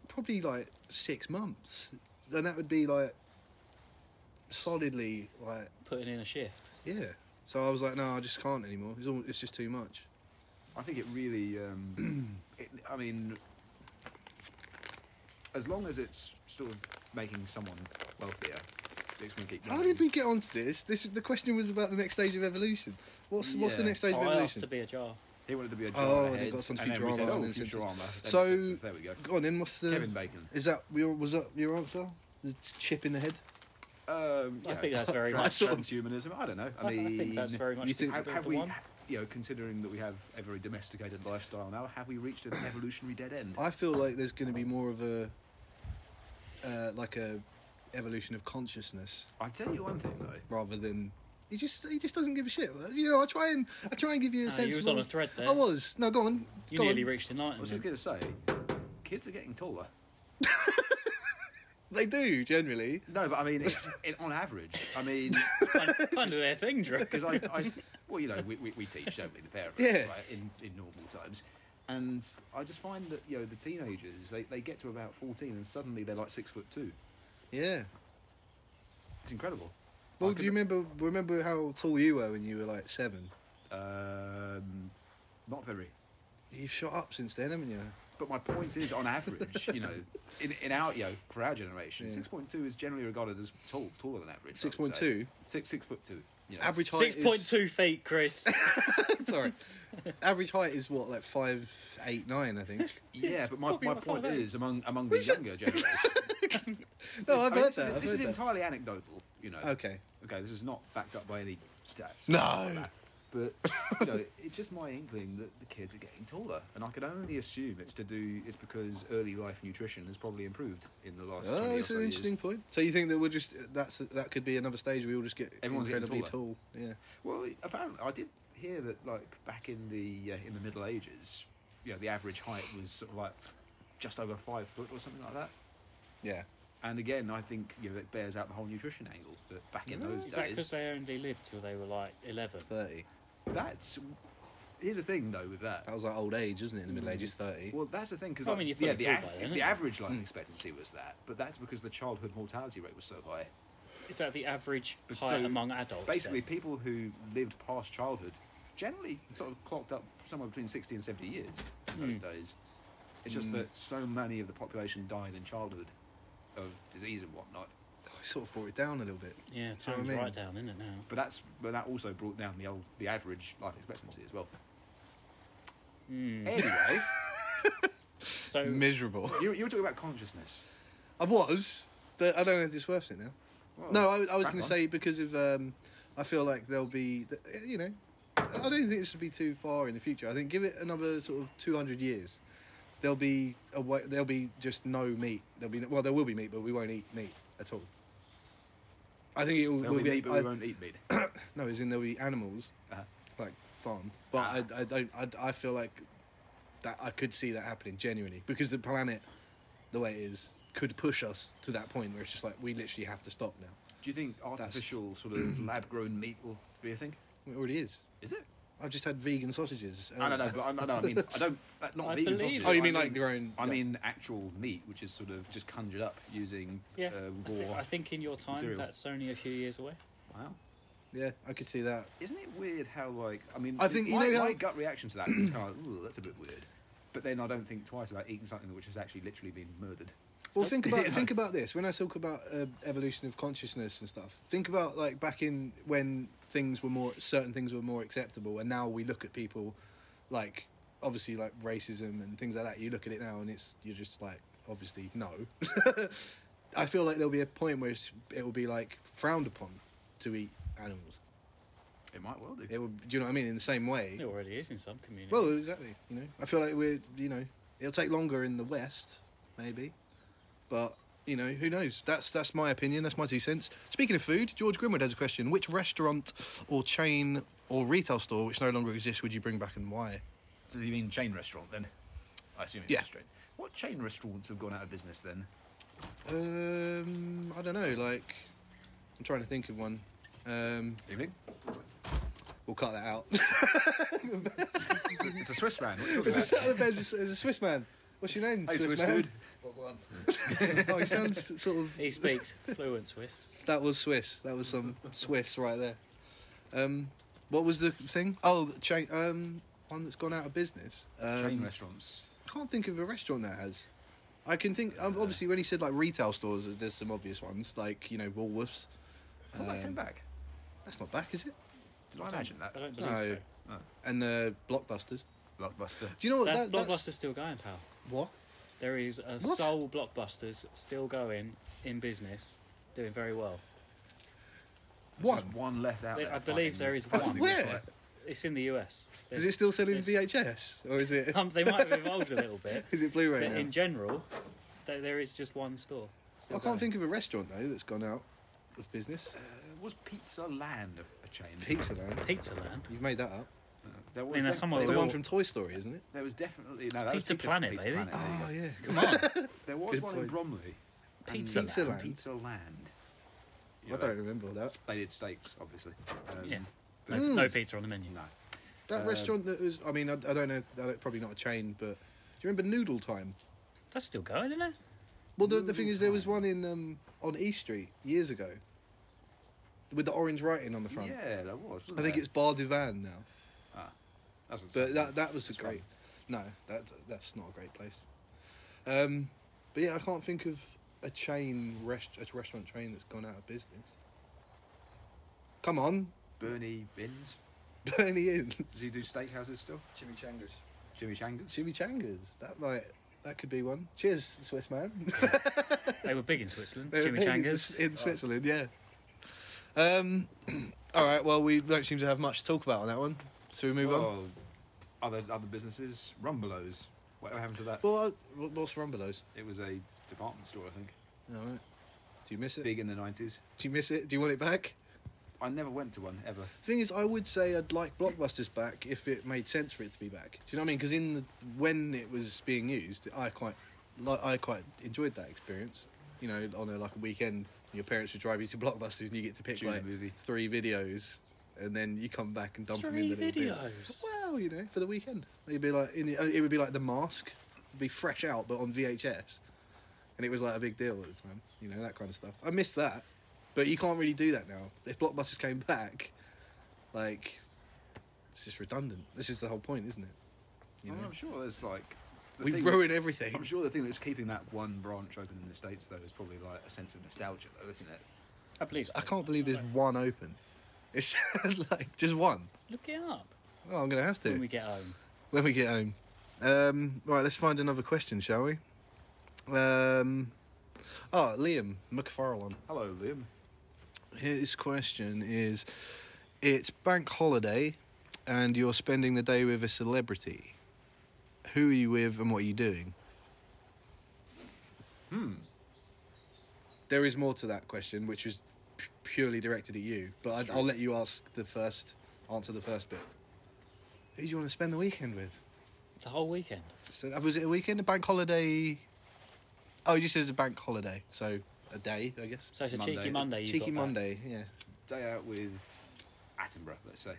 [SPEAKER 3] probably like six months, and that would be like solidly like
[SPEAKER 4] Putting in a shift.
[SPEAKER 3] yeah. So I was like, no, I just can't anymore. It's all, it's just too much.
[SPEAKER 2] I think it really. Um, it, I mean, as long as it's sort of making someone wealthier, it's going to keep.
[SPEAKER 3] How
[SPEAKER 2] going.
[SPEAKER 3] did we get onto this? This the question was about the next stage of evolution. What's what's the
[SPEAKER 2] Yeah.
[SPEAKER 3] next stage
[SPEAKER 4] Oh,
[SPEAKER 3] of
[SPEAKER 4] I asked to
[SPEAKER 3] evolution?
[SPEAKER 4] be a jar.
[SPEAKER 2] He wanted to be a drama
[SPEAKER 3] Oh,
[SPEAKER 2] head,
[SPEAKER 3] they got some
[SPEAKER 2] and then we
[SPEAKER 3] Futurama
[SPEAKER 2] said, oh,
[SPEAKER 3] and then Simpsons.
[SPEAKER 2] Futurama. then
[SPEAKER 3] So-
[SPEAKER 2] Simpsons, there we go.
[SPEAKER 3] Go on then. What's the?
[SPEAKER 2] Kevin Bacon.
[SPEAKER 3] Is that your was that your answer? The chip in the head.
[SPEAKER 2] Um,
[SPEAKER 4] I
[SPEAKER 2] yeah,
[SPEAKER 4] think that's very
[SPEAKER 2] trans-
[SPEAKER 3] much- sort of-
[SPEAKER 2] transhumanism. I don't know. I
[SPEAKER 4] I,
[SPEAKER 2] mean,
[SPEAKER 4] think that's very much
[SPEAKER 3] you think-
[SPEAKER 4] the,
[SPEAKER 2] have,
[SPEAKER 4] the
[SPEAKER 2] have we,
[SPEAKER 4] one.
[SPEAKER 2] you know, considering that we have a very domesticated lifestyle now, have we reached an evolutionary dead end?
[SPEAKER 3] I feel like there's going to be more of a uh, like a evolution of consciousness
[SPEAKER 2] I tell you one thing though.
[SPEAKER 3] rather than he just he just doesn't give a shit. You know, I try and I try and give you a
[SPEAKER 4] Ah,
[SPEAKER 3] sense.
[SPEAKER 4] you was
[SPEAKER 3] of-
[SPEAKER 4] on a thread there.
[SPEAKER 3] I was. No, go on.
[SPEAKER 4] You
[SPEAKER 3] go
[SPEAKER 4] nearly
[SPEAKER 3] on.
[SPEAKER 4] reached
[SPEAKER 2] I was
[SPEAKER 4] enlightenment.
[SPEAKER 2] going to say, kids are getting taller.
[SPEAKER 3] They do generally.
[SPEAKER 2] No, but I mean, it's, it, on average, I mean,
[SPEAKER 4] Kind kind of their thing, Drew.
[SPEAKER 2] because I, I, well, you know, we, we, we teach, don't we, the pair of us,
[SPEAKER 3] Yeah.
[SPEAKER 2] right, in, in normal times. And I just find that, you know, the teenagers, they, they get to about 14 and suddenly they're like six foot two.
[SPEAKER 3] Yeah.
[SPEAKER 2] It's incredible. I
[SPEAKER 3] Well,
[SPEAKER 2] could-
[SPEAKER 3] do you remember remember how tall you were when you were like seven?
[SPEAKER 2] Um, not very.
[SPEAKER 3] You've shot up since then, haven't you?
[SPEAKER 2] But my point is, on average, you know, in, in our, you know, for our generation,
[SPEAKER 3] Yeah.
[SPEAKER 2] 6.2 is generally regarded as tall, taller than average. I would say.
[SPEAKER 3] Six point two.
[SPEAKER 2] Six, six foot two. You know,
[SPEAKER 3] Average height.
[SPEAKER 4] Six point
[SPEAKER 3] is-
[SPEAKER 4] two feet, Chris.
[SPEAKER 3] Sorry. Average height is what, like five, eight, nine, I think.
[SPEAKER 2] Yeah, but my,
[SPEAKER 4] probably
[SPEAKER 2] my
[SPEAKER 4] not
[SPEAKER 2] point
[SPEAKER 4] far away.
[SPEAKER 2] is, among among the younger generation.
[SPEAKER 3] No, I've
[SPEAKER 2] I mean, this
[SPEAKER 3] heard
[SPEAKER 2] is-
[SPEAKER 3] that. I've
[SPEAKER 2] This
[SPEAKER 3] heard
[SPEAKER 2] is
[SPEAKER 3] that.
[SPEAKER 2] entirely anecdotal, you know.
[SPEAKER 3] Okay.
[SPEAKER 2] Okay, this is not backed up by any stats.
[SPEAKER 3] No.
[SPEAKER 2] Like that. But you know, it's just my inkling that the kids are getting taller, and I can only assume it's to do it's because early life nutrition has probably improved in the last. 20
[SPEAKER 3] Oh,
[SPEAKER 2] or
[SPEAKER 3] it's
[SPEAKER 2] so
[SPEAKER 3] an
[SPEAKER 2] years.
[SPEAKER 3] interesting point. So you think that we're just that's that could be another stage we all just get
[SPEAKER 2] Everyone's getting
[SPEAKER 3] incredibly
[SPEAKER 2] taller.
[SPEAKER 3] tall. Yeah.
[SPEAKER 2] Well, apparently, I did hear that like back in the uh, in the Middle Ages, you know, the average height was sort of like just over five foot or something like that.
[SPEAKER 3] Yeah.
[SPEAKER 2] And again, I think you know it bears out the whole nutrition angle that back in those
[SPEAKER 4] Is that
[SPEAKER 2] days,
[SPEAKER 4] because they only lived till they were like eleven?
[SPEAKER 3] Thirty.
[SPEAKER 2] that's here's the thing though with that.
[SPEAKER 3] That was like old age, isn't it? In the Middle
[SPEAKER 2] Hmm.
[SPEAKER 3] Ages, thirty.
[SPEAKER 2] Well, that's the thing because
[SPEAKER 4] Well, I mean, you're
[SPEAKER 2] yeah, the,
[SPEAKER 4] fully tall
[SPEAKER 2] av-
[SPEAKER 4] by then,
[SPEAKER 2] the
[SPEAKER 4] aren't you?
[SPEAKER 2] average
[SPEAKER 3] Hmm.
[SPEAKER 2] life expectancy was that, but that's because the childhood mortality rate was so high.
[SPEAKER 4] Is that the average
[SPEAKER 2] But
[SPEAKER 4] height
[SPEAKER 2] so,
[SPEAKER 4] among adults?
[SPEAKER 2] Basically,
[SPEAKER 4] then?
[SPEAKER 2] people who lived past childhood generally sort of clocked up somewhere between sixty and seventy years in those days. It's
[SPEAKER 3] Hmm.
[SPEAKER 2] just that so many of the population died in childhood of disease and whatnot.
[SPEAKER 3] I sort of brought it down a little bit.
[SPEAKER 4] yeah,
[SPEAKER 3] what I
[SPEAKER 4] time's
[SPEAKER 3] mean?
[SPEAKER 4] right down, isn't it now?
[SPEAKER 2] But that's but that also brought down the old the average life expectancy as well.
[SPEAKER 4] Hmm.
[SPEAKER 2] Anyway,
[SPEAKER 4] So
[SPEAKER 3] Miserable.
[SPEAKER 2] you, you were talking about consciousness.
[SPEAKER 3] I was. But I don't know if it's worth it now.
[SPEAKER 2] Well,
[SPEAKER 3] No, I, was- I was
[SPEAKER 2] Oh, crack
[SPEAKER 3] going to
[SPEAKER 2] on.
[SPEAKER 3] say because of um, I feel like there'll be th- you know I don't think this would be too far in the future. I think give it another sort of two hundred years, there'll be a way, there'll be just no meat. There'll be no, well there will be meat, but we won't eat meat at all. I think it will,
[SPEAKER 2] There'll
[SPEAKER 3] will
[SPEAKER 2] be
[SPEAKER 3] be
[SPEAKER 2] meat, but
[SPEAKER 3] I-
[SPEAKER 2] we won't eat meat.
[SPEAKER 3] no, as in there'll be animals
[SPEAKER 2] Uh-huh.
[SPEAKER 3] like farm, but I, I don't I, I feel like that I could see that happening genuinely because the planet the way it is could push us to that point where it's just like we literally have to stop now.
[SPEAKER 2] Do you think artificial sort of lab grown meat will be a thing?
[SPEAKER 3] It already is.
[SPEAKER 2] Is it?
[SPEAKER 3] I've just had vegan sausages.
[SPEAKER 2] I don't know, but I, no, no, I mean, I don't. That, not
[SPEAKER 4] I
[SPEAKER 2] vegan
[SPEAKER 4] believe
[SPEAKER 2] sausages.
[SPEAKER 4] it. Oh,
[SPEAKER 3] Uh, you
[SPEAKER 2] I
[SPEAKER 3] mean like your own-
[SPEAKER 2] I
[SPEAKER 3] yeah.
[SPEAKER 2] mean actual meat, which is sort of just conjured up using
[SPEAKER 4] yeah,
[SPEAKER 2] uh,
[SPEAKER 4] I, thi-
[SPEAKER 2] raw.
[SPEAKER 4] I think in your time
[SPEAKER 2] material.
[SPEAKER 4] that's only a few years away.
[SPEAKER 2] Wow.
[SPEAKER 3] Yeah, I could see that.
[SPEAKER 2] Isn't it weird how like I mean?
[SPEAKER 3] I think, you
[SPEAKER 2] my,
[SPEAKER 3] know how-
[SPEAKER 2] my gut reaction to that is kind of ooh, that's a bit weird. But then I don't think twice about eating something which has actually literally been murdered.
[SPEAKER 3] Well, think about
[SPEAKER 2] Yeah.
[SPEAKER 3] think about this. When I talk about uh, evolution of consciousness and stuff, think about like back in when things were more certain things were more acceptable, and now we look at people like obviously like racism and things like that. You look at it now, and it's you're just like obviously no. I feel like there'll be a point where it's, it will be like frowned upon to eat animals.
[SPEAKER 2] It might well do.
[SPEAKER 3] It will, do you know what I mean? In the same way,
[SPEAKER 4] It already is in some communities.
[SPEAKER 3] Well, exactly. You know, I feel like we're you know it'll take longer in the West, maybe, but you know who knows. That's that's my opinion. That's my two cents. Speaking of food, George Grimwood has a question: Which restaurant or chain or retail store which no longer exists would you bring back and why?
[SPEAKER 2] So you mean chain restaurant then? I assume it's
[SPEAKER 3] Yeah.
[SPEAKER 2] restaurant. What chain restaurants have gone out of business then?
[SPEAKER 3] Um, I don't know. Like, I'm trying to think of one. Um,
[SPEAKER 2] Evening.
[SPEAKER 3] we'll cut that out.
[SPEAKER 2] it's a Swiss man. What are you talking
[SPEAKER 3] there's,
[SPEAKER 2] about?
[SPEAKER 3] a, there's, a, there's a Swiss man. What's your name?
[SPEAKER 2] Hey, Swiss
[SPEAKER 3] man.
[SPEAKER 2] dude.
[SPEAKER 5] What one?
[SPEAKER 3] Oh, he sounds sort of
[SPEAKER 4] he speaks fluent Swiss.
[SPEAKER 3] That was Swiss. That was some Swiss right there. Um, what was the thing? Oh, the chain. Um, one that's gone out of business. Um,
[SPEAKER 2] chain restaurants.
[SPEAKER 3] I can't think of a restaurant that has. I can think. Um, obviously, when he said like retail stores, there's some obvious ones like you know Woolworths.
[SPEAKER 2] Oh, that came
[SPEAKER 3] um,
[SPEAKER 2] back.
[SPEAKER 3] That's not back, is it?
[SPEAKER 2] Did I imagine that?
[SPEAKER 4] I don't believe
[SPEAKER 3] No.
[SPEAKER 4] so.
[SPEAKER 3] And uh, Blockbusters.
[SPEAKER 2] Blockbuster.
[SPEAKER 3] Do you know what?
[SPEAKER 4] That's
[SPEAKER 3] that-
[SPEAKER 4] blockbuster's still going, pal.
[SPEAKER 3] What?
[SPEAKER 4] There is a
[SPEAKER 3] What?
[SPEAKER 4] sole blockbusters still going in business, doing very well.
[SPEAKER 2] There's
[SPEAKER 3] One.
[SPEAKER 2] one left out.
[SPEAKER 4] They-
[SPEAKER 2] there.
[SPEAKER 4] I believe there is one.
[SPEAKER 3] Where?
[SPEAKER 4] It's in the US.
[SPEAKER 3] Is it still selling
[SPEAKER 4] there's-
[SPEAKER 3] VHS or is it?
[SPEAKER 4] Um, they might have evolved a little bit,
[SPEAKER 3] Is it Blu-ray
[SPEAKER 4] but
[SPEAKER 3] now?
[SPEAKER 4] in general, th- there is just one store.
[SPEAKER 3] I can't think of a restaurant though that's gone out of business.
[SPEAKER 2] Uh, was Pizza Land a chain? Uh,
[SPEAKER 3] Pizza Land.
[SPEAKER 4] Pizza Land.
[SPEAKER 3] You've made that up.
[SPEAKER 2] There
[SPEAKER 4] I mean, that's
[SPEAKER 2] def-
[SPEAKER 4] somewhat-
[SPEAKER 3] That's the
[SPEAKER 4] we
[SPEAKER 3] one
[SPEAKER 4] all-
[SPEAKER 3] from Toy Story, isn't it?
[SPEAKER 2] There was definitely no. That was
[SPEAKER 4] Pizza Planet, baby.
[SPEAKER 2] Ah, Planet, there you
[SPEAKER 3] Oh
[SPEAKER 2] go.
[SPEAKER 3] yeah.
[SPEAKER 4] Come on.
[SPEAKER 2] There was
[SPEAKER 3] Good
[SPEAKER 2] one in
[SPEAKER 3] point.
[SPEAKER 2] Bromley. Pizza,
[SPEAKER 3] Pizza
[SPEAKER 2] Land.
[SPEAKER 3] Land.
[SPEAKER 2] Pizza Land.
[SPEAKER 3] I don't remember that.
[SPEAKER 2] They did steaks, obviously. Um,
[SPEAKER 4] Yeah.
[SPEAKER 2] but-
[SPEAKER 3] Mm.
[SPEAKER 4] No pizza on the menu.
[SPEAKER 2] No.
[SPEAKER 3] That
[SPEAKER 2] Um,
[SPEAKER 3] restaurant that was, I mean, I, I don't know, that probably not a chain, but do you remember Noodle Time?
[SPEAKER 4] That's still going, isn't it?
[SPEAKER 3] Well, the, the thing
[SPEAKER 2] Noodle
[SPEAKER 3] is, there was
[SPEAKER 2] Time.
[SPEAKER 3] one in um, on E Street years ago with the orange writing on the front.
[SPEAKER 2] Yeah, that was. Wasn't
[SPEAKER 3] I think
[SPEAKER 2] there? Ah,
[SPEAKER 3] it's Bar Divan now,
[SPEAKER 2] That's what I'm
[SPEAKER 3] but
[SPEAKER 2] saying.
[SPEAKER 3] that that was a
[SPEAKER 2] It's wrong.
[SPEAKER 3] great. No, that that's not a great place. Um, but yeah, I can't think of a chain rest a restaurant chain that's gone out of business. Come on,
[SPEAKER 2] Bernie Inns.
[SPEAKER 3] Bernie
[SPEAKER 2] Does
[SPEAKER 3] Inns,
[SPEAKER 2] he do steakhouses still?
[SPEAKER 5] Chimichangas.
[SPEAKER 2] Jimmy Changas.
[SPEAKER 3] Chimichangas. That might that could be one. Cheers, Swiss man.
[SPEAKER 4] They were big in Switzerland.
[SPEAKER 3] They were big in
[SPEAKER 4] Chimichangas.
[SPEAKER 3] S- in, Switzerland, yeah. Um, all right. Well, we don't seem to have much to talk about on that one, so we move on.
[SPEAKER 2] Well, Oh, other other businesses. Rumbelows. Whatever happened to that?
[SPEAKER 3] Well, I, wh- what's wrong below?
[SPEAKER 2] It was a department store, I think.
[SPEAKER 3] All right. Do you miss it?
[SPEAKER 2] Big in the nineties.
[SPEAKER 3] Do you miss it? Do you want it back?
[SPEAKER 2] I never went to one ever.
[SPEAKER 3] Thing is, I would say I'd like Blockbusters back if it made sense for it to be back. Do you know what I mean? Because in the, when it was being used, I quite li- I quite enjoyed that experience. You know, on a, like a weekend, your parents would drive you to Blockbusters and you get to pick
[SPEAKER 2] Junior
[SPEAKER 3] like
[SPEAKER 2] movie.
[SPEAKER 3] three videos, and then you come back and dump them in
[SPEAKER 4] Three
[SPEAKER 3] the little bin.
[SPEAKER 4] videos.
[SPEAKER 3] Well, you know, for the weekend, it'd be like in, it would be like the mask, It'd be fresh out but on VHS, and it was like a big deal at the time. You know that kind of stuff. I missed that, but you can't really do that now. If blockbusters came back, like, it's just redundant. This is the whole point, isn't it? You know,
[SPEAKER 2] Oh, I'm sure there's like. the
[SPEAKER 3] we
[SPEAKER 2] thing-
[SPEAKER 3] ruin everything.
[SPEAKER 2] I'm sure the thing that's keeping that one branch open in the states though is probably like a sense of nostalgia, though, isn't it?
[SPEAKER 4] I believe so.
[SPEAKER 3] I can't believe there's one open. It's like just one.
[SPEAKER 4] Look it up
[SPEAKER 3] Oh, I'm gonna have to
[SPEAKER 4] when we get home.
[SPEAKER 3] when we get home. Um, right, let's find another question, shall we? Um, oh, Liam McFarlane.
[SPEAKER 2] Hello, Liam.
[SPEAKER 3] His question is: It's bank holiday, and you're spending the day with a celebrity. Who are you with, and what are you doing?
[SPEAKER 2] Hmm.
[SPEAKER 3] There is more to that question, which is p- purely directed at you. But I, I'll let you ask the first, answer the first bit. Who do you want to spend the weekend with?
[SPEAKER 4] The whole weekend.
[SPEAKER 3] So uh, was it a weekend, a bank holiday? Oh, you said it's a bank holiday, so a day, I guess.
[SPEAKER 4] So it's a
[SPEAKER 2] Monday.
[SPEAKER 4] cheeky Monday. You've
[SPEAKER 3] Cheeky
[SPEAKER 4] got back.
[SPEAKER 3] Monday, yeah.
[SPEAKER 2] Day out with Attenborough, let's say.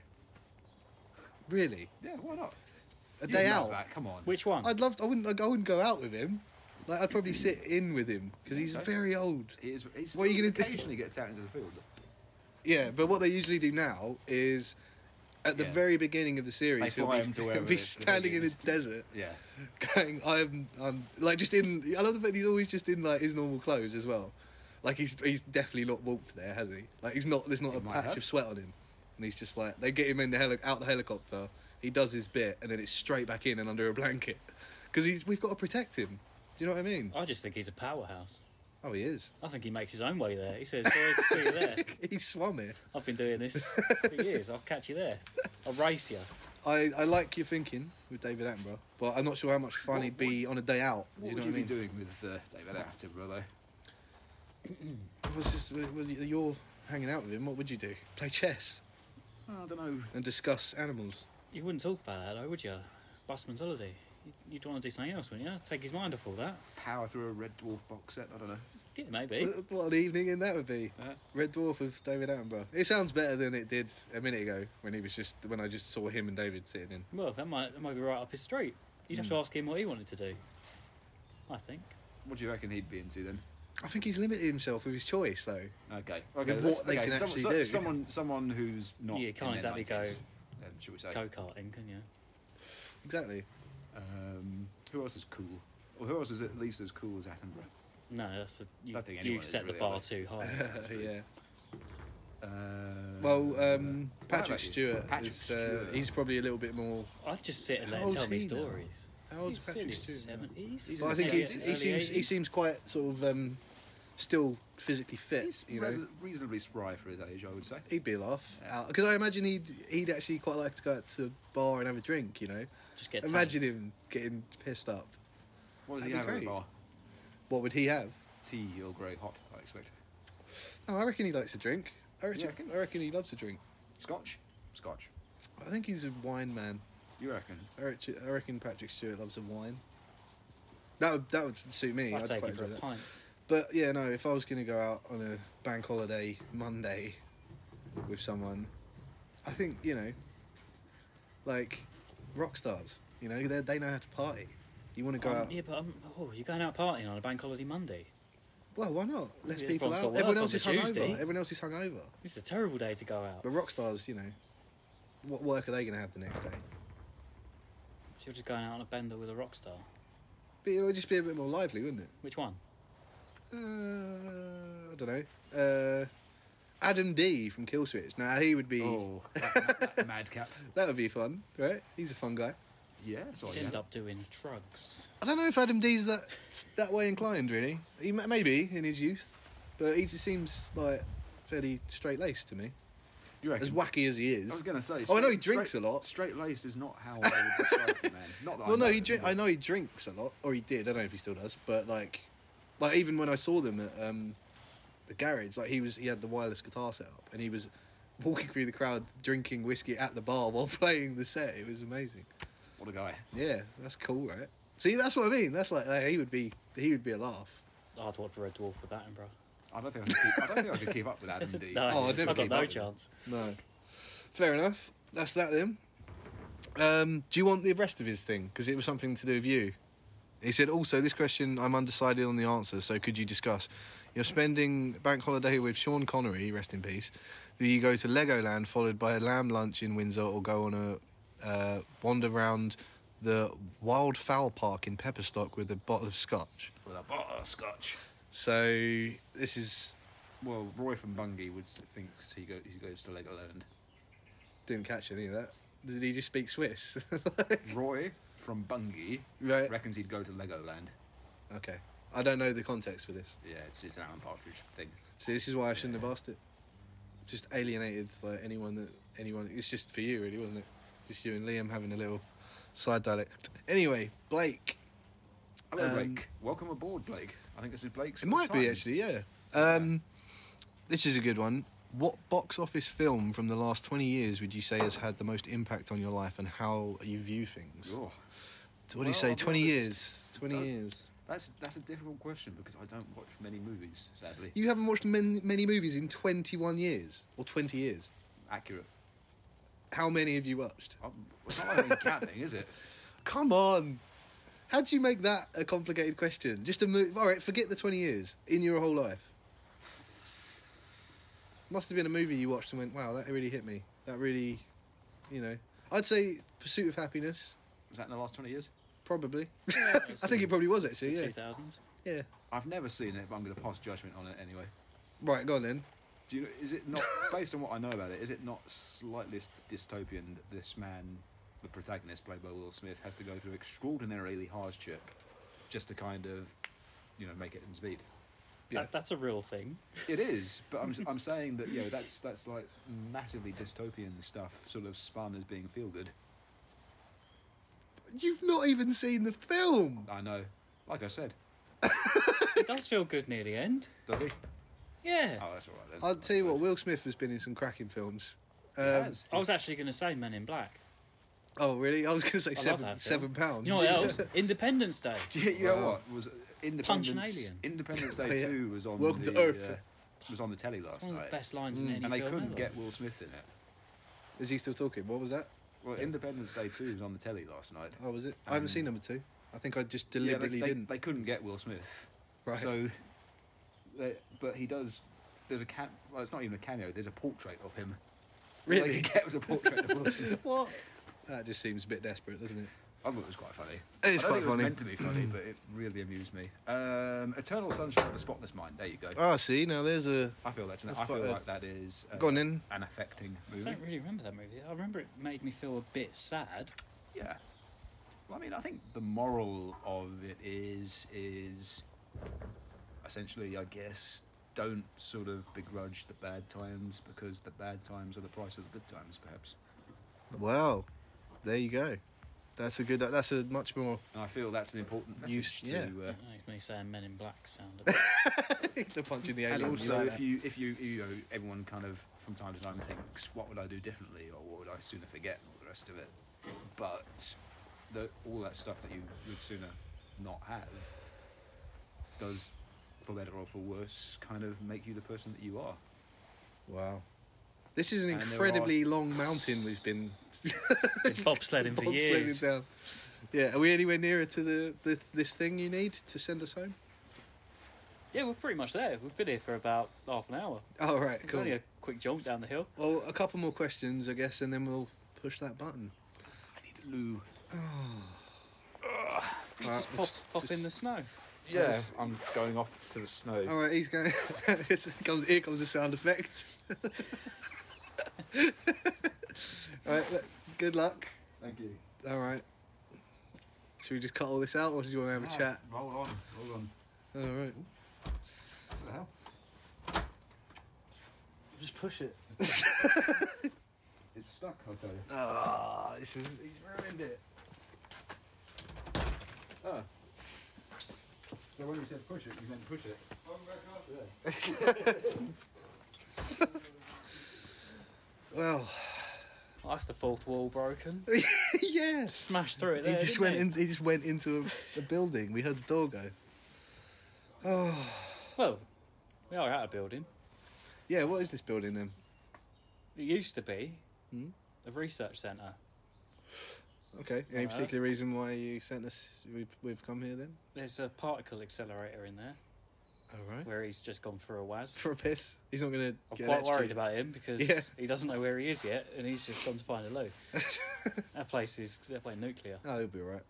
[SPEAKER 3] Really,
[SPEAKER 2] Yeah, why not?
[SPEAKER 3] a
[SPEAKER 2] You
[SPEAKER 3] day
[SPEAKER 2] love
[SPEAKER 3] out.
[SPEAKER 2] That. Come on.
[SPEAKER 4] Which one?
[SPEAKER 3] I'd love. To, I wouldn't. I wouldn't go out with him. Like I'd probably sit in with him because he's
[SPEAKER 2] Okay.
[SPEAKER 3] very old.
[SPEAKER 2] He is, he's
[SPEAKER 3] What are you
[SPEAKER 2] still
[SPEAKER 3] gonna do?
[SPEAKER 2] Occasionally gets out into the field.
[SPEAKER 3] Yeah, but what they usually do now is, at the
[SPEAKER 2] Yeah.
[SPEAKER 3] very beginning of the series, he'll
[SPEAKER 2] fly
[SPEAKER 3] be,
[SPEAKER 2] him to
[SPEAKER 3] he'll
[SPEAKER 2] wherever the-
[SPEAKER 3] be
[SPEAKER 2] the
[SPEAKER 3] standing
[SPEAKER 2] venue
[SPEAKER 3] in the
[SPEAKER 2] is.
[SPEAKER 3] desert,
[SPEAKER 2] Yeah.
[SPEAKER 3] going, "I'm, I'm like just in." I love the fact he's always just in like his normal clothes as well. Like he's he's definitely not walked there, has he? Like he's not. There's not
[SPEAKER 2] He
[SPEAKER 3] a
[SPEAKER 2] might
[SPEAKER 3] patch
[SPEAKER 2] have.
[SPEAKER 3] of sweat on him, and he's just like they get him in the heli- out the helicopter. He does his bit, and then it's straight back in and under a blanket, because he's we've got to protect him. Do you know what I mean?
[SPEAKER 4] I just think he's a powerhouse.
[SPEAKER 3] Oh, he is.
[SPEAKER 4] I think he makes his own way there. He says, "Boys, see you there.
[SPEAKER 3] he swam it.
[SPEAKER 4] I've been doing this for years. I'll catch you there. I'll race you."
[SPEAKER 3] I, I like your thinking with David Attenborough, but I'm not sure how much fun
[SPEAKER 2] What-
[SPEAKER 3] he'd be on a day out.
[SPEAKER 2] What
[SPEAKER 3] you know
[SPEAKER 2] would
[SPEAKER 3] what
[SPEAKER 2] you
[SPEAKER 3] I mean?
[SPEAKER 2] be doing with uh, David Attenborough, though?
[SPEAKER 3] Was this, was y- you're hanging out with him. What would you do? Play chess
[SPEAKER 2] I don't know.
[SPEAKER 3] and discuss animals.
[SPEAKER 4] You wouldn't talk about that, though, would you? Busman's holiday. You- You'd want to do something else, wouldn't you? Take his mind off all that.
[SPEAKER 2] Power through a Red Dwarf box set. I don't know.
[SPEAKER 4] Yeah, maybe.
[SPEAKER 3] What- What an evening in that would be.
[SPEAKER 2] Uh-huh.
[SPEAKER 3] Red Dwarf with David Attenborough. It sounds better than it did a minute ago when he was just when I just saw him and David sitting in.
[SPEAKER 4] Well, that might that might be right up his street. You'd
[SPEAKER 3] Hmm.
[SPEAKER 4] have to ask him what he wanted to do. I think.
[SPEAKER 2] What do you reckon he'd be into then?
[SPEAKER 3] I think he's limited himself with his choice though.
[SPEAKER 2] Okay. Okay.
[SPEAKER 3] With
[SPEAKER 2] let's-
[SPEAKER 3] what they
[SPEAKER 2] okay,
[SPEAKER 3] can
[SPEAKER 2] some-
[SPEAKER 3] actually
[SPEAKER 2] so-
[SPEAKER 3] do.
[SPEAKER 2] Someone, someone who's not.
[SPEAKER 4] Yeah, you can't
[SPEAKER 2] in their
[SPEAKER 4] exactly go-
[SPEAKER 2] 90s, Then, should we
[SPEAKER 3] Uh,
[SPEAKER 2] say?
[SPEAKER 4] Go karting, can you?
[SPEAKER 3] Exactly.
[SPEAKER 2] Um, who else is cool? Or who else is at least as cool as Attenborough?
[SPEAKER 4] No, that's a, you,
[SPEAKER 2] Don't think
[SPEAKER 4] you
[SPEAKER 2] anyone is
[SPEAKER 4] set the
[SPEAKER 2] really,
[SPEAKER 4] bar
[SPEAKER 2] are
[SPEAKER 4] too high.
[SPEAKER 3] yeah.
[SPEAKER 2] Uh,
[SPEAKER 3] Well, um,
[SPEAKER 2] what
[SPEAKER 3] Patrick
[SPEAKER 2] about you?
[SPEAKER 3] Stewart.
[SPEAKER 2] Patrick
[SPEAKER 3] is, uh,
[SPEAKER 2] Stewart.
[SPEAKER 3] He's probably a little bit more.
[SPEAKER 4] I'd just sit and let
[SPEAKER 3] How
[SPEAKER 4] him
[SPEAKER 3] old's
[SPEAKER 4] tell me
[SPEAKER 3] he now?
[SPEAKER 4] stories.
[SPEAKER 3] How old's
[SPEAKER 4] He's
[SPEAKER 3] Patrick Stewart? now?
[SPEAKER 4] seventies.
[SPEAKER 2] He's
[SPEAKER 3] Well, I
[SPEAKER 2] in
[SPEAKER 3] think
[SPEAKER 2] the
[SPEAKER 3] he's, he seems he seems quite sort of um, still physically fit.
[SPEAKER 2] He's
[SPEAKER 3] you know,
[SPEAKER 2] res- reasonably spry for his age, I would say.
[SPEAKER 3] he'd be a laugh
[SPEAKER 2] Yeah.
[SPEAKER 3] out because I imagine he'd he'd actually quite like to go out to a bar and have a drink. You know,
[SPEAKER 4] Just get
[SPEAKER 3] imagine
[SPEAKER 4] tanked.
[SPEAKER 3] him getting pissed up.
[SPEAKER 2] What does
[SPEAKER 3] That'd
[SPEAKER 2] he
[SPEAKER 3] be
[SPEAKER 2] have at the
[SPEAKER 3] great.
[SPEAKER 2] bar?
[SPEAKER 3] What would he have?
[SPEAKER 2] Tea or grey hot, I expect.
[SPEAKER 3] No, I reckon he likes to drink. I
[SPEAKER 2] You
[SPEAKER 3] reckon,
[SPEAKER 2] reckon?
[SPEAKER 3] I reckon he loves to drink.
[SPEAKER 2] Scotch? Scotch.
[SPEAKER 3] I think he's a wine man.
[SPEAKER 2] You reckon?
[SPEAKER 3] I reckon, I reckon Patrick Stewart loves a wine. That would that would suit me.
[SPEAKER 4] I'd
[SPEAKER 3] I'd
[SPEAKER 4] take
[SPEAKER 3] quite
[SPEAKER 4] him for a
[SPEAKER 3] enjoy that.
[SPEAKER 4] pint.
[SPEAKER 3] But yeah, no. If I was gonna go out on a bank holiday Monday with someone, I think you know, like rock stars. You know, they they know how to party. You want to go
[SPEAKER 4] Um,
[SPEAKER 3] out?
[SPEAKER 4] yeah, but um, oh, you're going out partying on a bank holiday Monday.
[SPEAKER 3] Well, why not? Less
[SPEAKER 4] Yeah,
[SPEAKER 3] people
[SPEAKER 4] everyone's got
[SPEAKER 3] out.
[SPEAKER 4] work
[SPEAKER 3] Everyone
[SPEAKER 4] on
[SPEAKER 3] else
[SPEAKER 4] the
[SPEAKER 3] is hungover.
[SPEAKER 4] Tuesday.
[SPEAKER 3] Everyone else is hungover.
[SPEAKER 4] This is a terrible day to go out.
[SPEAKER 3] But rock stars, you know, what work are they gonna have the next day?
[SPEAKER 4] So you're just going out on a bender with a rock star.
[SPEAKER 3] But it would just be a bit more lively, wouldn't it?
[SPEAKER 4] Which one?
[SPEAKER 3] Uh, I don't know. Uh, Adam D from Killswitch. Now he would be.
[SPEAKER 2] Oh, that, that- that madcap.
[SPEAKER 3] That would be fun, right? He's a fun guy.
[SPEAKER 2] Oh, Yeah, so
[SPEAKER 4] You'd end up doing drugs.
[SPEAKER 3] I don't know if Adam D's that that way inclined, really. He ma- maybe in his youth, but he just seems like fairly straight laced to me.
[SPEAKER 2] You reckon?
[SPEAKER 3] As wacky as he is.
[SPEAKER 2] I was going to say.
[SPEAKER 3] Oh, I know he drinks a lot.
[SPEAKER 2] Straight laced is not how I would describe the man. Not that I
[SPEAKER 3] Well, no,
[SPEAKER 2] know
[SPEAKER 3] he
[SPEAKER 2] him,
[SPEAKER 3] drink.
[SPEAKER 2] but-
[SPEAKER 3] I know he drinks a lot, or he did. I don't know if he still does, but like, like even when I saw them at um, the garage, like he was, he had the wireless guitar set up, and he was walking through the crowd drinking whiskey at the bar while playing the set. It was amazing.
[SPEAKER 2] What a guy.
[SPEAKER 3] Yeah, that's cool, right? See, that's what I mean. That's like, like, he would be, he would be a laugh.
[SPEAKER 4] I'd watch Red Dwarf with that, in, bro.
[SPEAKER 2] I don't think I could keep, I don't think I could keep up with Adam D.
[SPEAKER 4] No,
[SPEAKER 3] Oh, I'd
[SPEAKER 4] I've
[SPEAKER 3] never
[SPEAKER 4] got
[SPEAKER 3] keep up
[SPEAKER 4] no
[SPEAKER 3] with it.
[SPEAKER 4] chance.
[SPEAKER 3] No, fair enough. That's that then. Um, do you want the rest of his thing? Because it was something to do with you. He said, also, this question, I'm undecided on the answer, so could you discuss? You're spending bank holiday with Sean Connery, rest in peace. Do you go to Legoland, followed by a lamb lunch in Windsor, or go on a uh, wander round the Wildfowl Park in Pepperstock with a bottle of scotch?
[SPEAKER 2] With a bottle of scotch.
[SPEAKER 3] So, this is.
[SPEAKER 2] Well, Roy from Bungie would s- thinks he, go, he goes to Legoland.
[SPEAKER 3] Didn't catch any of that. Did he just speak Swiss?
[SPEAKER 2] Roy from Bungie
[SPEAKER 3] right.
[SPEAKER 2] reckons he'd go to Legoland.
[SPEAKER 3] Okay. I don't know the context for this.
[SPEAKER 2] Yeah, it's, it's an Alan Partridge thing.
[SPEAKER 3] See, this is why I shouldn't have asked it. Just alienated like anyone that anyone. It's just for you, really, wasn't it? Just you and Liam having a little side dialect. Anyway, Blake.
[SPEAKER 2] Hello,
[SPEAKER 3] Um,
[SPEAKER 2] Blake. Welcome aboard, Blake. I think this is Blake's.
[SPEAKER 3] It might
[SPEAKER 2] first
[SPEAKER 3] be
[SPEAKER 2] time.
[SPEAKER 3] actually, yeah. Um, this is a good one. What box office film from the last twenty years would you say has had the most impact on your life and how you view things?
[SPEAKER 2] Oh,
[SPEAKER 3] So what do
[SPEAKER 2] Well,
[SPEAKER 3] you say?
[SPEAKER 2] I'll be
[SPEAKER 3] Twenty
[SPEAKER 2] honest,
[SPEAKER 3] years. Twenty
[SPEAKER 2] don't-
[SPEAKER 3] years.
[SPEAKER 2] that's that's a difficult question because I don't watch many movies, sadly.
[SPEAKER 3] You haven't watched many, many movies in twenty-one years or twenty years.
[SPEAKER 2] Accurate.
[SPEAKER 3] How many have you watched?
[SPEAKER 2] I'm, it's not like I'm counting, is it?
[SPEAKER 3] Come on. How do you make that a complicated question? Just a move. All right, forget the 20 years in your whole life. Must have been a movie you watched and went, wow, that really hit me. That really, you know. I'd say Pursuit of Happiness,
[SPEAKER 2] Was that in the last twenty years?
[SPEAKER 3] probably. I
[SPEAKER 4] I
[SPEAKER 3] think it probably was actually, yeah.
[SPEAKER 4] Two thousands.
[SPEAKER 3] Yeah.
[SPEAKER 2] I've never seen it, but I'm going to pass judgment on it anyway.
[SPEAKER 3] Right, go on then.
[SPEAKER 2] Do you know? Is it not based on what I know about it? Is it not slightly s- dystopian that this man, the protagonist, played by Will Smith, has to go through extraordinarily hardship just to kind of, you know, make it in speed?
[SPEAKER 3] Yeah.
[SPEAKER 4] That, that's a real thing.
[SPEAKER 2] It is, but I'm, I'm saying that you know that's that's like massively dystopian stuff, sort of spun as being feel good.
[SPEAKER 3] You've not even seen the film.
[SPEAKER 2] I know, like I said,
[SPEAKER 4] It does feel good near the end.
[SPEAKER 2] does he?
[SPEAKER 4] Yeah.
[SPEAKER 2] Oh, that's all right. Then.
[SPEAKER 3] I'll tell you what, Will um, Smith has been in some cracking films.
[SPEAKER 2] He has.
[SPEAKER 4] I was actually going to say Men in Black.
[SPEAKER 3] Oh, really? I was going to say
[SPEAKER 4] love
[SPEAKER 3] seven,
[SPEAKER 4] that film.
[SPEAKER 3] seven pounds.
[SPEAKER 4] You know what else? Independence Day.
[SPEAKER 2] Do you, you know
[SPEAKER 3] Wow.
[SPEAKER 2] what was uh,
[SPEAKER 4] Punch
[SPEAKER 2] Independence?
[SPEAKER 4] an alien.
[SPEAKER 2] Independence
[SPEAKER 3] Oh,
[SPEAKER 2] Day
[SPEAKER 3] yeah.
[SPEAKER 2] Two was on.
[SPEAKER 3] Welcome
[SPEAKER 2] the,
[SPEAKER 3] to Earth.
[SPEAKER 2] uh, was on the telly last
[SPEAKER 4] One of
[SPEAKER 2] night,
[SPEAKER 4] the best lines in any
[SPEAKER 2] Mm, and they
[SPEAKER 4] film
[SPEAKER 2] couldn't
[SPEAKER 4] ever.
[SPEAKER 2] get Will Smith in it.
[SPEAKER 3] Is he still talking? What was that?
[SPEAKER 2] Well, Independence Day Two was on the telly last night.
[SPEAKER 3] Oh, was it? I haven't
[SPEAKER 2] Um,
[SPEAKER 3] seen number two. I think I just
[SPEAKER 2] Yeah, they-
[SPEAKER 3] deliberately
[SPEAKER 2] they,
[SPEAKER 3] didn't.
[SPEAKER 2] They couldn't get Will Smith,
[SPEAKER 3] right.
[SPEAKER 2] so. They, but he does. There's a can. Well, it's not even a cameo. There's a portrait of him. All They
[SPEAKER 3] Really?
[SPEAKER 2] could get was a portrait of Will Smith.
[SPEAKER 3] what? That just seems a bit desperate, doesn't it?
[SPEAKER 2] I thought it was quite funny.
[SPEAKER 3] It is
[SPEAKER 2] I don't
[SPEAKER 3] quite
[SPEAKER 2] think
[SPEAKER 3] funny.
[SPEAKER 2] It was meant to be funny, but it really amused me. Um, Eternal Sunshine of the Spotless Mind. There you go.
[SPEAKER 3] Ah, see, now there's a.
[SPEAKER 2] I feel that's. An,
[SPEAKER 3] that's
[SPEAKER 2] I feel
[SPEAKER 3] quite a-
[SPEAKER 2] like that is. Uh,
[SPEAKER 3] Go on then.
[SPEAKER 2] An affecting
[SPEAKER 4] I
[SPEAKER 2] movie.
[SPEAKER 4] don't really remember that movie. I remember it made me feel a bit sad.
[SPEAKER 2] Yeah. Well, I mean, I think the moral of it is is essentially, I guess, don't sort of begrudge the bad times because the bad times are the price of the good times, perhaps.
[SPEAKER 3] Wow, there you go. That's a good. That's a much more.
[SPEAKER 2] And I feel that's an important
[SPEAKER 3] You
[SPEAKER 2] message
[SPEAKER 3] sh-
[SPEAKER 2] to.
[SPEAKER 3] yeah.
[SPEAKER 2] Uh,
[SPEAKER 4] That makes me saying Men in Black sound a bit.
[SPEAKER 3] the punch in the
[SPEAKER 2] And
[SPEAKER 3] alien. you
[SPEAKER 2] also,
[SPEAKER 3] like
[SPEAKER 2] if
[SPEAKER 3] that?
[SPEAKER 2] you if you you know everyone kind of from time to time thinks, what would I do differently, or what would I sooner forget, and all the rest of it. But the, all that stuff that you would sooner not have does for better or for worse, kind of make you the person that you are.
[SPEAKER 3] Wow. This is an
[SPEAKER 2] And there are-
[SPEAKER 3] incredibly long mountain we've been
[SPEAKER 4] Been bobsledding for
[SPEAKER 3] bobsledding
[SPEAKER 4] years.
[SPEAKER 3] down. Yeah, are we anywhere nearer to the, the this thing you need to send us home?
[SPEAKER 4] Yeah, we're pretty much there. We've been here for about half an hour.
[SPEAKER 3] All Oh, right,
[SPEAKER 4] It's
[SPEAKER 3] cool.
[SPEAKER 4] only a quick jump down the hill.
[SPEAKER 3] Well, a couple more questions, I guess, and then we'll push that button.
[SPEAKER 2] I need a loo.
[SPEAKER 4] You
[SPEAKER 3] Alright,
[SPEAKER 4] just pop, pop in the snow.
[SPEAKER 2] Yeah, I'm going off to the snow.
[SPEAKER 3] All right, he's going. it's, comes, here comes the sound effect. all right, let- good luck.
[SPEAKER 2] Thank you.
[SPEAKER 3] All right. Should we just cut all this out, or do you want to have a chat?
[SPEAKER 2] Roll Ah. on, roll on.
[SPEAKER 3] All right.
[SPEAKER 2] What the hell?
[SPEAKER 3] Just push it.
[SPEAKER 2] It's stuck, I'll tell you.
[SPEAKER 3] Ah, this is, he's ruined it.
[SPEAKER 2] Ah. So when you said push it, you meant push it.
[SPEAKER 3] Well,
[SPEAKER 4] Oh, that's the fourth wall broken.
[SPEAKER 3] yes.
[SPEAKER 4] Smashed through it.
[SPEAKER 3] he
[SPEAKER 4] there,
[SPEAKER 3] just
[SPEAKER 4] didn't
[SPEAKER 3] went in. He just went into a, a building. We heard the door go. Oh,
[SPEAKER 4] Well, we are at a building.
[SPEAKER 3] yeah. What is this building then?
[SPEAKER 4] It used to be
[SPEAKER 3] Hmm?
[SPEAKER 4] a research centre.
[SPEAKER 3] Okay. Any
[SPEAKER 4] Alright.
[SPEAKER 3] particular reason why you sent us? We've we've come here then.
[SPEAKER 4] There's a particle accelerator in there
[SPEAKER 3] All right.
[SPEAKER 4] where he's just gone for a waz.
[SPEAKER 3] For a piss. He's not gonna
[SPEAKER 4] I'm
[SPEAKER 3] get
[SPEAKER 4] quite worried
[SPEAKER 3] electrocuted.
[SPEAKER 4] about him because
[SPEAKER 3] Yeah.
[SPEAKER 4] he doesn't know where he is yet, and he's just gone to find a loo. that place is they're playing nuclear.
[SPEAKER 3] Oh, he'll be all right.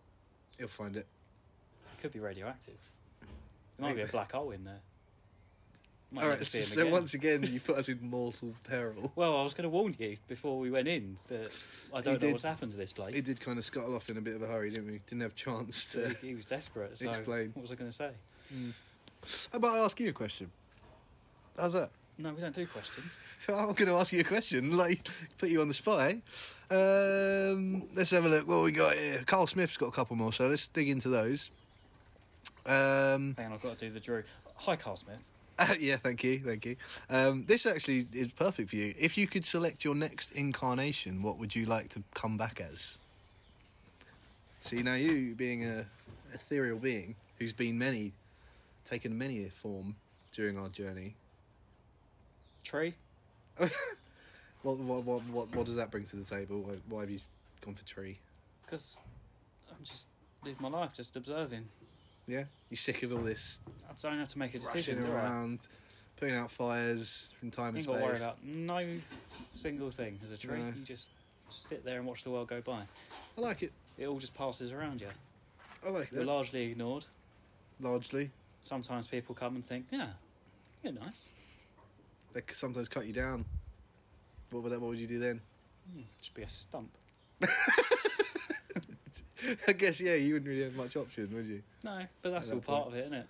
[SPEAKER 3] He'll find it.
[SPEAKER 4] It could be radioactive. There might be a black hole in there. Might
[SPEAKER 3] all
[SPEAKER 4] never
[SPEAKER 3] right.
[SPEAKER 4] see him
[SPEAKER 3] So
[SPEAKER 4] again.
[SPEAKER 3] once again, you put us in mortal peril.
[SPEAKER 4] Well, I was going to warn you before we went in that I don't know
[SPEAKER 3] did-
[SPEAKER 4] what's happened to this place.
[SPEAKER 3] He did kind of scuttle off in a bit of a hurry, didn't we? Didn't have a chance
[SPEAKER 4] He,
[SPEAKER 3] to.
[SPEAKER 4] he was desperate. So
[SPEAKER 3] Explain.
[SPEAKER 4] What was I going to say?
[SPEAKER 3] How about I ask you a question? How's that?
[SPEAKER 4] No, we don't do questions.
[SPEAKER 3] I'm going to ask you a question, like put you on the spot. eh? Um, let's have a look. What we got here? Carl Smith's got a couple more, so let's dig into those. Um,
[SPEAKER 4] Hang on, I've got to do the Drew. Hi, Carl Smith.
[SPEAKER 3] yeah, thank you, thank you. Um, this actually is perfect for you. If you could select your next incarnation, what would you like to come back as? See, now you being a ethereal being who's been many, taken many a form during our journey.
[SPEAKER 4] Tree.
[SPEAKER 3] What what what what, what does that bring to the table? Why, why have you gone for tree?
[SPEAKER 4] Because I'm just live my life just observing.
[SPEAKER 3] Yeah, you sick of all this
[SPEAKER 4] I don't have to make a
[SPEAKER 3] rushing
[SPEAKER 4] decision. do I?
[SPEAKER 3] around, putting out fires from time
[SPEAKER 4] You
[SPEAKER 3] and
[SPEAKER 4] ain't got to worry
[SPEAKER 3] space.
[SPEAKER 4] about no single thing as a tree.
[SPEAKER 3] No.
[SPEAKER 4] You just sit there and watch the world go by.
[SPEAKER 3] I like it.
[SPEAKER 4] It all just passes around you.
[SPEAKER 3] I like
[SPEAKER 4] You're
[SPEAKER 3] that.
[SPEAKER 4] largely ignored.
[SPEAKER 3] Largely,
[SPEAKER 4] Sometimes people come and think, yeah, you're nice.
[SPEAKER 3] they c- sometimes cut you down. What would that? What would you do then?
[SPEAKER 4] Hmm, Just be a stump.
[SPEAKER 3] I guess yeah, you wouldn't really have much option, would you?
[SPEAKER 4] No, but that's
[SPEAKER 3] At
[SPEAKER 4] all
[SPEAKER 3] that
[SPEAKER 4] part of it, isn't it?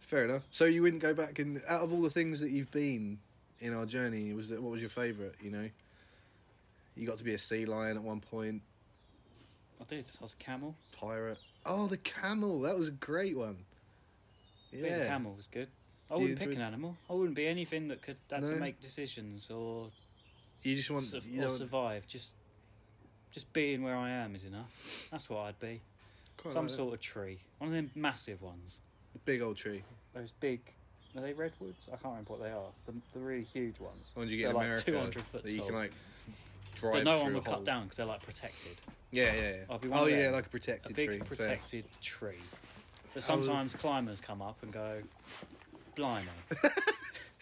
[SPEAKER 3] Fair enough. So you wouldn't go back and out of all the things that you've been in our journey, was that what was your favourite? You know, you got to be a sea lion at one point,
[SPEAKER 4] I did. I was a camel.
[SPEAKER 3] pirate. Oh, the camel. That was a great one. Yeah.
[SPEAKER 4] Being a camel was good. I wouldn't pick
[SPEAKER 3] enjoyed-
[SPEAKER 4] an animal. I wouldn't be anything that could had
[SPEAKER 3] No.
[SPEAKER 4] to make decisions or,
[SPEAKER 3] You just want.
[SPEAKER 4] su-
[SPEAKER 3] you
[SPEAKER 4] or
[SPEAKER 3] don't-
[SPEAKER 4] survive. Just, just being where I am is enough. That's what I'd be.
[SPEAKER 3] quite
[SPEAKER 4] Some
[SPEAKER 3] like that.
[SPEAKER 4] sort of tree. One of them massive ones.
[SPEAKER 3] Big old tree.
[SPEAKER 4] Those big. Are they redwoods? I can't remember what they are. The, the really huge ones.
[SPEAKER 3] The ones you get in
[SPEAKER 4] They're
[SPEAKER 3] America.
[SPEAKER 4] like 200 foot
[SPEAKER 3] that you
[SPEAKER 4] tall.
[SPEAKER 3] can like drive
[SPEAKER 4] but no
[SPEAKER 3] through
[SPEAKER 4] one
[SPEAKER 3] a
[SPEAKER 4] would
[SPEAKER 3] hole.
[SPEAKER 4] cut down because they're like protected.
[SPEAKER 3] Yeah, yeah, yeah.
[SPEAKER 4] I'll be one
[SPEAKER 3] Oh
[SPEAKER 4] of
[SPEAKER 3] yeah,
[SPEAKER 4] them.
[SPEAKER 3] like a
[SPEAKER 4] A
[SPEAKER 3] protected
[SPEAKER 4] big
[SPEAKER 3] tree. Fair.
[SPEAKER 4] protected tree. But sometimes climbers come up and go, blimey.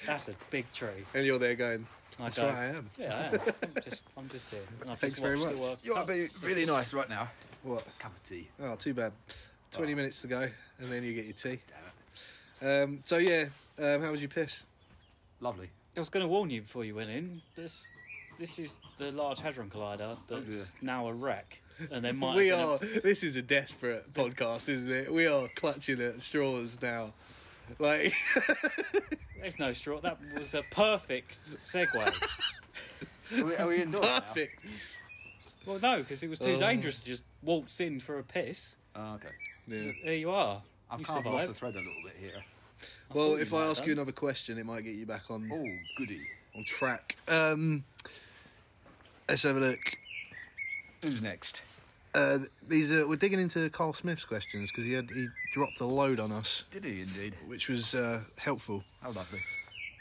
[SPEAKER 4] That's a big tree.
[SPEAKER 3] And you're there going,
[SPEAKER 4] And I
[SPEAKER 3] "That's
[SPEAKER 4] go,
[SPEAKER 3] what I am."
[SPEAKER 4] Yeah, I am. I'm just, I'm just here. And I've
[SPEAKER 3] Thanks
[SPEAKER 4] just
[SPEAKER 3] very
[SPEAKER 4] watched the
[SPEAKER 3] much.
[SPEAKER 4] world
[SPEAKER 2] You are
[SPEAKER 4] come.
[SPEAKER 2] being really nice right now.
[SPEAKER 3] What?
[SPEAKER 2] Cup of tea.
[SPEAKER 3] Oh, too bad.
[SPEAKER 4] Oh.
[SPEAKER 3] Twenty minutes to go, and then you get your tea.
[SPEAKER 2] Damn it.
[SPEAKER 3] Um, so yeah, um, how was your piss?
[SPEAKER 2] Lovely.
[SPEAKER 4] I was going to warn you before you went in. This, this is the Large Hadron Collider that's
[SPEAKER 2] dear.
[SPEAKER 4] now a wreck, and there might
[SPEAKER 3] we
[SPEAKER 4] have been a-
[SPEAKER 3] are. This is a desperate podcast, isn't it? We are clutching at straws now. Like,
[SPEAKER 4] There's no straw. That was a perfect segue.
[SPEAKER 2] Are we, are we indoors now?
[SPEAKER 3] perfect.
[SPEAKER 4] well, no, because it was too
[SPEAKER 3] Oh.
[SPEAKER 4] dangerous to just waltz in for a piss.
[SPEAKER 2] Oh, okay.
[SPEAKER 3] Yeah.
[SPEAKER 4] There you are.
[SPEAKER 2] I've
[SPEAKER 4] you
[SPEAKER 2] kind of lost the
[SPEAKER 4] survived.
[SPEAKER 2] thread a little bit here.
[SPEAKER 3] Well,
[SPEAKER 4] thought you
[SPEAKER 3] if
[SPEAKER 4] might
[SPEAKER 3] I
[SPEAKER 4] have
[SPEAKER 3] ask
[SPEAKER 4] done.
[SPEAKER 3] you another question, it might get you back on
[SPEAKER 2] Oh, goody.
[SPEAKER 3] on track. Um, let's have a look.
[SPEAKER 2] Who's next?
[SPEAKER 3] Uh, these are, we're digging into Carl Smith's questions because he had he dropped a load on us,
[SPEAKER 2] Did he indeed?
[SPEAKER 3] which was uh, helpful.
[SPEAKER 2] How lovely.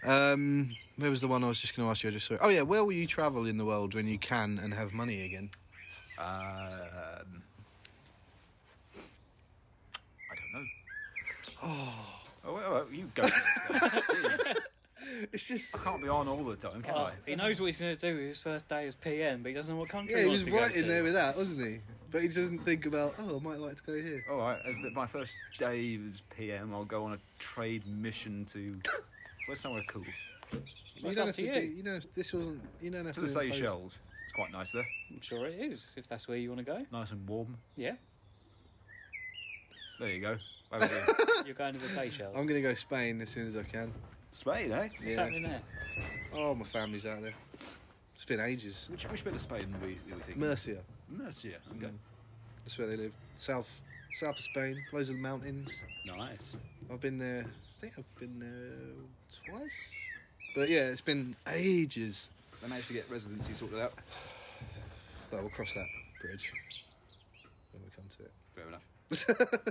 [SPEAKER 3] Um, where was the one I was just going to ask you? I just saw. it. Oh yeah, where will you travel in the world when you can and have money again?
[SPEAKER 2] Um, I don't know. Oh. well, well, you go. Jeez,
[SPEAKER 3] It's just
[SPEAKER 2] I can't be on all the time, can
[SPEAKER 4] Oh,
[SPEAKER 2] I?
[SPEAKER 4] he knows what he's going to do his first day as PM, but he doesn't know what country
[SPEAKER 3] yeah, he
[SPEAKER 4] wants
[SPEAKER 3] was
[SPEAKER 4] to go
[SPEAKER 3] right in
[SPEAKER 4] to.
[SPEAKER 3] there with that, wasn't he? But he doesn't think about oh, I might like to go here.
[SPEAKER 2] All right. As the, my first day was PM, I'll go on a trade mission to where's somewhere cool
[SPEAKER 4] Well, it's
[SPEAKER 3] don't
[SPEAKER 4] up
[SPEAKER 3] have
[SPEAKER 4] to
[SPEAKER 3] do-
[SPEAKER 4] you.
[SPEAKER 3] you know this wasn't. You don't have
[SPEAKER 2] to
[SPEAKER 3] to.
[SPEAKER 2] the
[SPEAKER 3] impose-
[SPEAKER 2] Seychelles. It's quite nice there.
[SPEAKER 4] I'm sure it is, if that's where you want to go.
[SPEAKER 2] Nice and warm.
[SPEAKER 4] Yeah,
[SPEAKER 2] There you go. Over here.
[SPEAKER 4] you're going to the Seychelles.
[SPEAKER 3] I'm gonna go Spain as soon as I can.
[SPEAKER 2] Spain, eh?
[SPEAKER 4] What's
[SPEAKER 3] Yeah.
[SPEAKER 4] happening there?
[SPEAKER 3] Oh, my family's out there. It's been ages.
[SPEAKER 2] Which, which bit of Spain were we, were we thinking?
[SPEAKER 3] Murcia.
[SPEAKER 2] Murcia. Okay.
[SPEAKER 3] That's where they live. South, south of Spain. Loads of the mountains.
[SPEAKER 2] Nice.
[SPEAKER 3] I've been there. I think I've been there twice. But yeah, it's been ages.
[SPEAKER 2] They managed to get residency sorted out.
[SPEAKER 3] Well, we'll cross that bridge when we come to it.
[SPEAKER 2] Fair enough.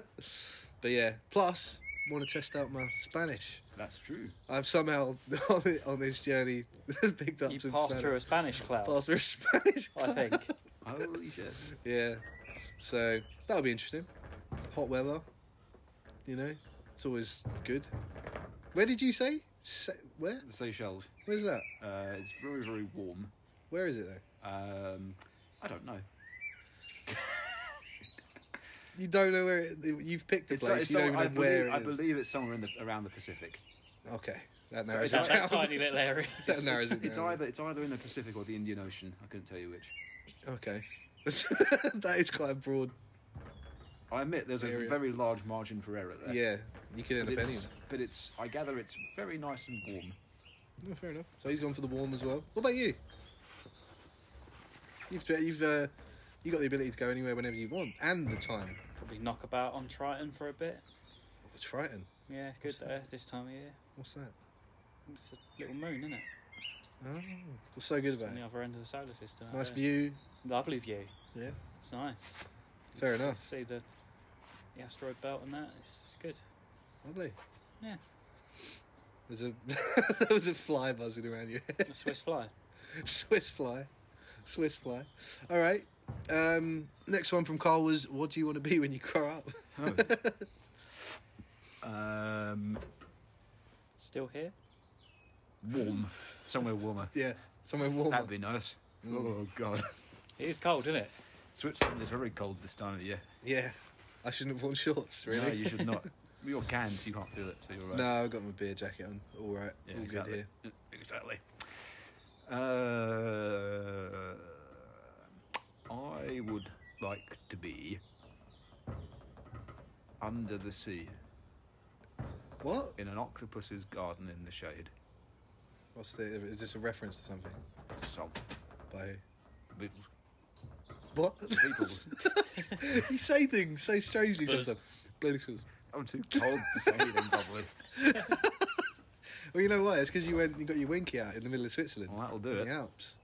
[SPEAKER 3] But yeah, plus want to test out my Spanish.
[SPEAKER 2] That's true.
[SPEAKER 3] I've somehow on, thi- on this journey picked up
[SPEAKER 4] You
[SPEAKER 3] some
[SPEAKER 4] passed
[SPEAKER 3] Spanish.
[SPEAKER 4] through a Spanish cloud,
[SPEAKER 3] passed through a Spanish.
[SPEAKER 2] Oh,
[SPEAKER 4] I think.
[SPEAKER 2] Holy shit.
[SPEAKER 3] Yeah. So that'll be interesting. Hot weather. You know, it's always good. Where did you say? Se- where?
[SPEAKER 2] The Seychelles.
[SPEAKER 3] Where's that?
[SPEAKER 2] Uh, it's very, very warm.
[SPEAKER 3] Where is it though?
[SPEAKER 2] Um, I don't know.
[SPEAKER 3] You don't know where it, you've picked a
[SPEAKER 2] It's,
[SPEAKER 3] place.
[SPEAKER 2] so- it's
[SPEAKER 3] you don't
[SPEAKER 2] so-
[SPEAKER 3] even know
[SPEAKER 2] I,
[SPEAKER 3] where
[SPEAKER 2] believe,
[SPEAKER 3] it
[SPEAKER 2] I
[SPEAKER 3] is.
[SPEAKER 2] believe it's somewhere in the, around the Pacific.
[SPEAKER 3] Okay, that
[SPEAKER 2] So
[SPEAKER 3] narrows
[SPEAKER 2] is
[SPEAKER 3] it
[SPEAKER 4] that, that
[SPEAKER 3] down.
[SPEAKER 4] tiny little area.
[SPEAKER 3] that narrows it
[SPEAKER 2] It's
[SPEAKER 3] down.
[SPEAKER 2] either it's either in the Pacific or the Indian Ocean. I couldn't tell you which.
[SPEAKER 3] Okay, that is quite a broad.
[SPEAKER 2] I admit there's a
[SPEAKER 3] Area.
[SPEAKER 2] very large margin for error there.
[SPEAKER 3] Yeah, you could end
[SPEAKER 2] But
[SPEAKER 3] up
[SPEAKER 2] it's,
[SPEAKER 3] anywhere.
[SPEAKER 2] but it's I gather it's very nice and warm.
[SPEAKER 3] No, fair enough. So he's gone for the warm as well. What about you? You've you've uh, you got the ability to go anywhere whenever you want and the time.
[SPEAKER 4] Probably knock about on Triton for a bit.
[SPEAKER 3] Triton,
[SPEAKER 4] Yeah, good there this time of year.
[SPEAKER 3] what's that?
[SPEAKER 4] It's a little moon, isn't it?
[SPEAKER 3] Oh, what's so good about
[SPEAKER 4] On the
[SPEAKER 3] it?
[SPEAKER 4] other end of the solar system. out
[SPEAKER 3] Nice
[SPEAKER 4] there.
[SPEAKER 3] view.
[SPEAKER 4] Lovely view.
[SPEAKER 3] Yeah.
[SPEAKER 4] It's nice.
[SPEAKER 3] Fair
[SPEAKER 4] S-
[SPEAKER 3] enough.
[SPEAKER 4] See the, the asteroid belt and that. It's, it's good.
[SPEAKER 3] Lovely.
[SPEAKER 4] Yeah.
[SPEAKER 3] There's a there was a fly buzzing around you.
[SPEAKER 4] The Swiss fly.
[SPEAKER 3] Swiss fly. Swiss fly. All right. Um, next one from Carl was, "What do you want to be when you grow up?"
[SPEAKER 2] Um,
[SPEAKER 4] Still here?
[SPEAKER 2] warm, somewhere warmer.
[SPEAKER 3] yeah, somewhere warmer.
[SPEAKER 2] That'd be nice.
[SPEAKER 3] Mm.
[SPEAKER 2] Oh god,
[SPEAKER 4] It is cold, isn't it?
[SPEAKER 2] Switzerland is very cold this time of year.
[SPEAKER 3] Yeah, I shouldn't have worn shorts. Really?
[SPEAKER 2] No, you should not. You're canned, so you can't feel it. So you're right.
[SPEAKER 3] No, I've got my beer jacket on. All right, all
[SPEAKER 2] exactly. Mm,
[SPEAKER 3] good here.
[SPEAKER 2] Exactly. Uh, I would like to be under the sea
[SPEAKER 3] What?
[SPEAKER 2] in an octopus's garden in the shade.
[SPEAKER 3] What's the? Is this a reference to something?
[SPEAKER 2] It's a song.
[SPEAKER 3] By who?
[SPEAKER 2] People's-
[SPEAKER 3] What?
[SPEAKER 2] People's.
[SPEAKER 3] you say things so strangely sometimes. Blue-
[SPEAKER 2] I'm too cold to say anything probably.
[SPEAKER 3] Well, you know why? It's because you went. You got your winky out in the middle of Switzerland,
[SPEAKER 2] Well, that'll do
[SPEAKER 3] in
[SPEAKER 2] it.
[SPEAKER 3] the Alps.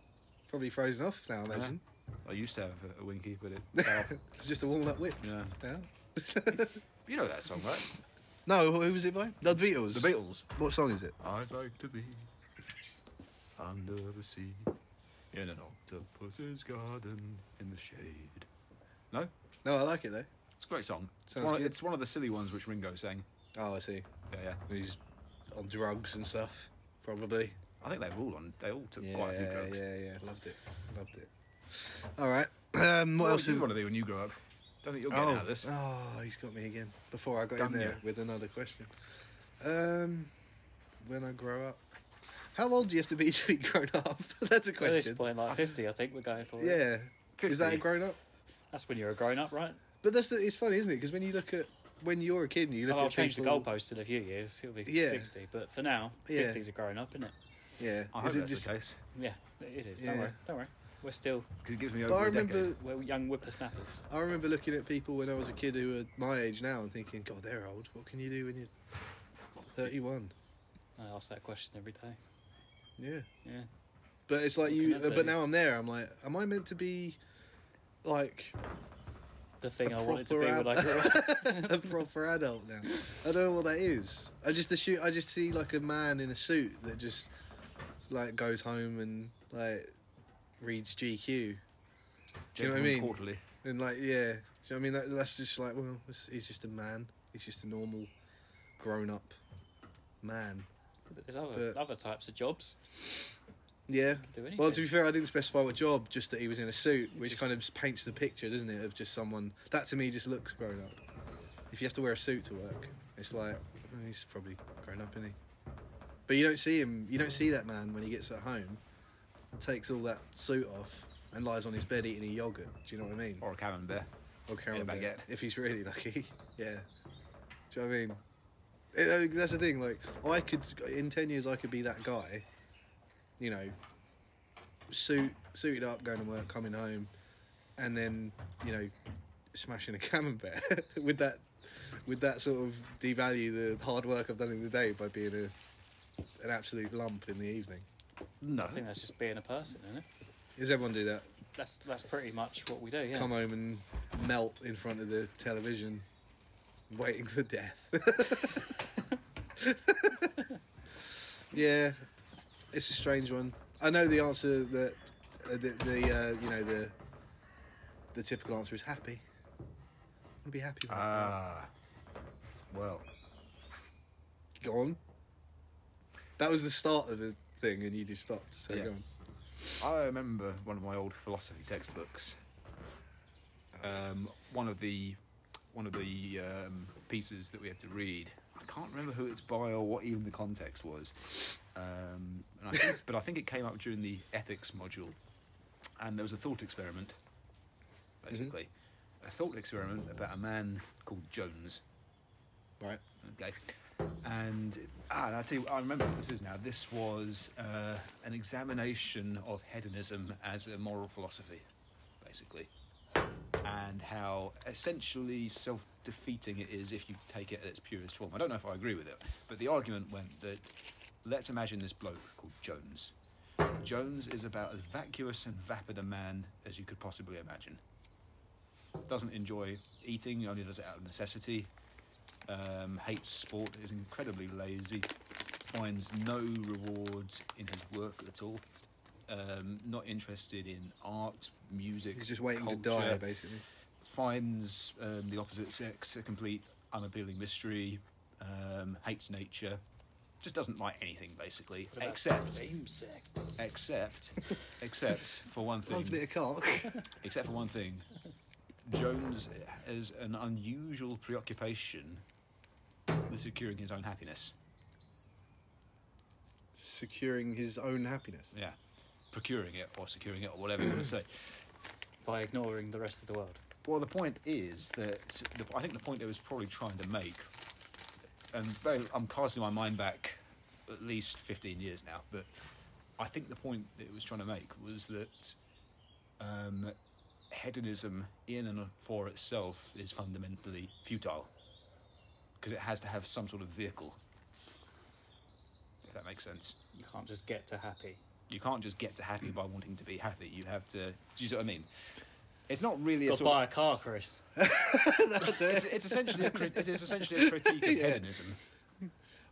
[SPEAKER 3] Probably frozen off now. I
[SPEAKER 2] Yeah.
[SPEAKER 3] imagine.
[SPEAKER 2] I used to have a, a winky, but it. fell off.
[SPEAKER 3] It's just a walnut whip.
[SPEAKER 2] yeah.
[SPEAKER 3] Yeah.
[SPEAKER 2] You know that song, right?
[SPEAKER 3] No, who was it by? The Beatles.
[SPEAKER 2] The Beatles.
[SPEAKER 3] What song is it?
[SPEAKER 2] I'd like to be under the sea in an octopus's garden in the shade. No,
[SPEAKER 3] No, I like it though.
[SPEAKER 2] it's a great song. It's
[SPEAKER 3] Sounds
[SPEAKER 2] one, of-
[SPEAKER 3] good.
[SPEAKER 2] it's one of the silly ones which Ringo sang.
[SPEAKER 3] Oh, I see.
[SPEAKER 2] Yeah, yeah.
[SPEAKER 3] He's on drugs and stuff, probably.
[SPEAKER 2] I think they were all on. They all took
[SPEAKER 3] Yeah,
[SPEAKER 2] quite a few
[SPEAKER 3] yeah,
[SPEAKER 2] drugs.
[SPEAKER 3] yeah. Loved it. Loved it. All right. Um, what
[SPEAKER 2] What,
[SPEAKER 3] else?
[SPEAKER 2] do you
[SPEAKER 3] have-
[SPEAKER 2] want to do when you grow up? Don't think you'll get
[SPEAKER 3] oh,
[SPEAKER 2] out of this.
[SPEAKER 3] oh, he's got me again. Before I got
[SPEAKER 2] Done
[SPEAKER 3] in there
[SPEAKER 2] ya.
[SPEAKER 3] with another question. Um, when I grow up, how old do you have to be to be grown up? That's a
[SPEAKER 4] At this
[SPEAKER 3] question.
[SPEAKER 4] point, like 50, I think we're going for. it.
[SPEAKER 3] Yeah. Is that a
[SPEAKER 2] 50.
[SPEAKER 3] grown up?
[SPEAKER 4] That's when you're a grown up, right?
[SPEAKER 3] But that's the, it's funny, isn't it? Because when you look at when you're a kid, and you look
[SPEAKER 4] Well, I'll
[SPEAKER 3] at
[SPEAKER 4] change the
[SPEAKER 3] people-
[SPEAKER 4] goalpost in a few years. It'll be
[SPEAKER 3] Yeah.
[SPEAKER 4] 60. But for now,
[SPEAKER 3] Yeah.
[SPEAKER 4] 50's a grown up, isn't it?
[SPEAKER 3] Yeah.
[SPEAKER 2] I hope that's the case
[SPEAKER 4] Yeah, it is.
[SPEAKER 3] Yeah.
[SPEAKER 4] Don't worry. Don't worry. We're still
[SPEAKER 2] because it gives me
[SPEAKER 3] But
[SPEAKER 2] over
[SPEAKER 3] I
[SPEAKER 2] a
[SPEAKER 3] remember,
[SPEAKER 2] decade.
[SPEAKER 4] we're young whippersnappers.
[SPEAKER 3] I remember looking at people when I was a kid who were my age now and thinking, God, they're old. What can you do when you're 31?
[SPEAKER 4] I ask that question every day.
[SPEAKER 3] Yeah,
[SPEAKER 4] Yeah.
[SPEAKER 3] but it's like
[SPEAKER 4] What
[SPEAKER 3] you.
[SPEAKER 4] can I
[SPEAKER 3] But
[SPEAKER 4] do?
[SPEAKER 3] now I'm there. I'm like, am I meant to be, like,
[SPEAKER 4] the thing
[SPEAKER 3] A
[SPEAKER 4] I wanted to be
[SPEAKER 3] proper
[SPEAKER 4] when I grew up.
[SPEAKER 3] a proper adult now. I don't know what that is. I just assume I just see like a man in a suit that just like goes home and like reads GQ Do you know what I
[SPEAKER 2] Gentleman's
[SPEAKER 3] mean?
[SPEAKER 2] Quarterly.
[SPEAKER 3] and like yeah. Do you know what I mean? That, that's just like well, it's- he's just a man. He's just a normal, grown-up man.
[SPEAKER 4] There's other,
[SPEAKER 3] But-
[SPEAKER 4] other types of jobs.
[SPEAKER 3] Yeah.
[SPEAKER 4] Do anything.
[SPEAKER 3] Well, to be fair, I didn't specify what job, just that he was in a suit, which
[SPEAKER 4] Just-
[SPEAKER 3] kind of paints the picture, doesn't it, of just someone that to me just looks grown up. If you have to wear a suit to work, it's like "Oh, he's probably grown up, isn't he? But you don't see him. You don't see that man when he gets at home, takes all that suit off and lies on his bed eating a yogurt. Do you know what I mean?
[SPEAKER 2] Or a camembert.
[SPEAKER 3] Or Karen
[SPEAKER 2] baguette.
[SPEAKER 3] Bear, if he's really lucky. yeah. Do you know what I mean? It- uh, that's the thing. Like, I could in ten years, I could be that guy. You know, suit suited up, going to work, coming home, and then you know, smashing a camembert with that with that sort of devalue the hard work I've done in the day by being a an absolute lump in the evening.
[SPEAKER 2] No.
[SPEAKER 4] I think that's just being a person, isn't it?
[SPEAKER 3] Does everyone do that?
[SPEAKER 4] That's that's pretty much what we do. Yeah.
[SPEAKER 3] Come home and melt in front of the television, waiting for death. yeah, it's a strange one. I know the answer that uh, the, the uh, you know the the typical answer is happy. I'll be happy. with it.
[SPEAKER 2] Ah. Well.
[SPEAKER 3] go on. That was the start of the thing, and you just stopped. So
[SPEAKER 2] Yeah.
[SPEAKER 3] go on.
[SPEAKER 2] I remember one of my old philosophy textbooks. Um, one of the one of the um, pieces that we had to read. I can't remember who it's by or what even the context was. Um, and I think, but I think it came up during the ethics module, and there was a thought experiment. Basically, a thought experiment about a man called Jones.
[SPEAKER 3] Right.
[SPEAKER 2] Okay. And ah, and I tell you, I remember what this is now. This was uh, an examination of hedonism as a moral philosophy, basically, and how essentially self-defeating it is if you take it at its purest form. I don't know if I agree with it, but the argument went that let's imagine this bloke called Jones. Jones is about as vacuous and vapid a man as you could possibly imagine. Doesn't enjoy eating, only does it out of necessity um, hates sport, is incredibly lazy, finds no reward in his work at all, um, not interested in art, music.
[SPEAKER 3] He's just waiting to die,
[SPEAKER 2] culture,
[SPEAKER 3] basically.
[SPEAKER 2] Finds um, the opposite sex a complete unappealing mystery, um, hates nature, just doesn't like anything basically,
[SPEAKER 4] What about
[SPEAKER 2] except.
[SPEAKER 4] same sex.
[SPEAKER 2] Except, except for one thing
[SPEAKER 3] Loves a bit of cock.
[SPEAKER 2] except for one thing. Jones has an unusual preoccupation with securing his own happiness.
[SPEAKER 3] Securing his own happiness.
[SPEAKER 2] Yeah. Procuring it or securing it or whatever you want to say.
[SPEAKER 4] by ignoring the rest of the world.
[SPEAKER 2] Well, the point is that the, I think the point it was probably trying to make, and very, I'm casting my mind back at least 15 years now, but I think the point that it was trying to make was that um, hedonism in and for itself is fundamentally futile because it has to have some sort of vehicle, if that makes sense.
[SPEAKER 4] You can't just get to happy.
[SPEAKER 2] You can't just get to happy by wanting to be happy. You have to. Do you see what I mean? It's not really a
[SPEAKER 4] Got
[SPEAKER 2] sort
[SPEAKER 4] to
[SPEAKER 2] of-
[SPEAKER 4] buy a car, Chris.
[SPEAKER 2] it's, it's essentially a crit- it is essentially a critique of hedonism.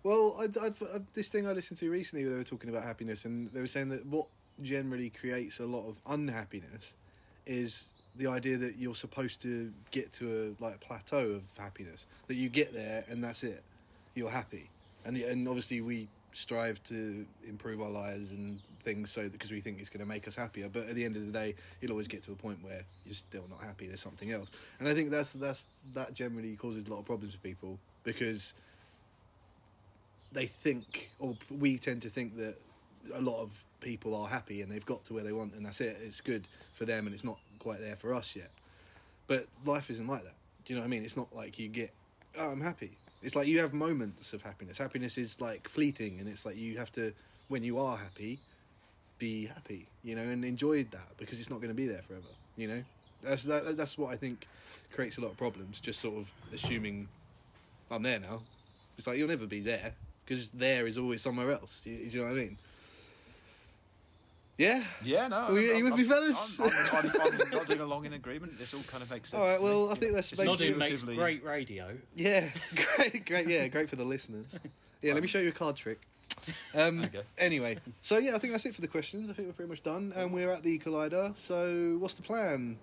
[SPEAKER 3] Well, I, I've, I've, this thing I listened to recently, where they were talking about happiness, and they were saying that what generally creates a lot of unhappiness is the idea that you're supposed to get to a like plateau of happiness, that you get there and that's it, you're happy, and the- and obviously we strive to improve our lives and things so because we think it's going to make us happier but at the end of the day you'll always get to a point where you're still not happy there's something else and i think that's that's that generally causes a lot of problems for people because they think, or we tend to think that a lot of people are happy and they've got to where they want and that's it. It's good for them and it's not quite there for us yet. But life isn't like that. Do you know what I mean? It's not like you get, oh, I'm happy. It's like you have moments of happiness. Happiness is like fleeting and it's like you have to, when you are happy, be happy, you know, and enjoy that because it's not going to be there forever, you know? That's that, that's what I think creates a lot of problems, just sort of assuming I'm there now. It's like you'll never be there because there is always somewhere else. Do you, do you know what I mean? Yeah.
[SPEAKER 2] Yeah, no.
[SPEAKER 3] Are you- are you with me, fellas?
[SPEAKER 2] I'm, I'm, I'm, I'm nodding along in agreement. This all kind of makes
[SPEAKER 3] All
[SPEAKER 2] sense.
[SPEAKER 3] right.
[SPEAKER 2] to me.
[SPEAKER 3] Well, I think that's
[SPEAKER 2] It's not
[SPEAKER 3] basically.
[SPEAKER 2] in
[SPEAKER 4] Nodding
[SPEAKER 2] ma-
[SPEAKER 4] makes
[SPEAKER 2] relatively-
[SPEAKER 4] great radio.
[SPEAKER 3] Yeah, great, great. Yeah, great for the listeners. Yeah, let me show you a card trick. Um,
[SPEAKER 2] Okay.
[SPEAKER 3] Anyway, so yeah, I think that's it for the questions. I think we're pretty much done, and we're at the Collider. So, what's the plan?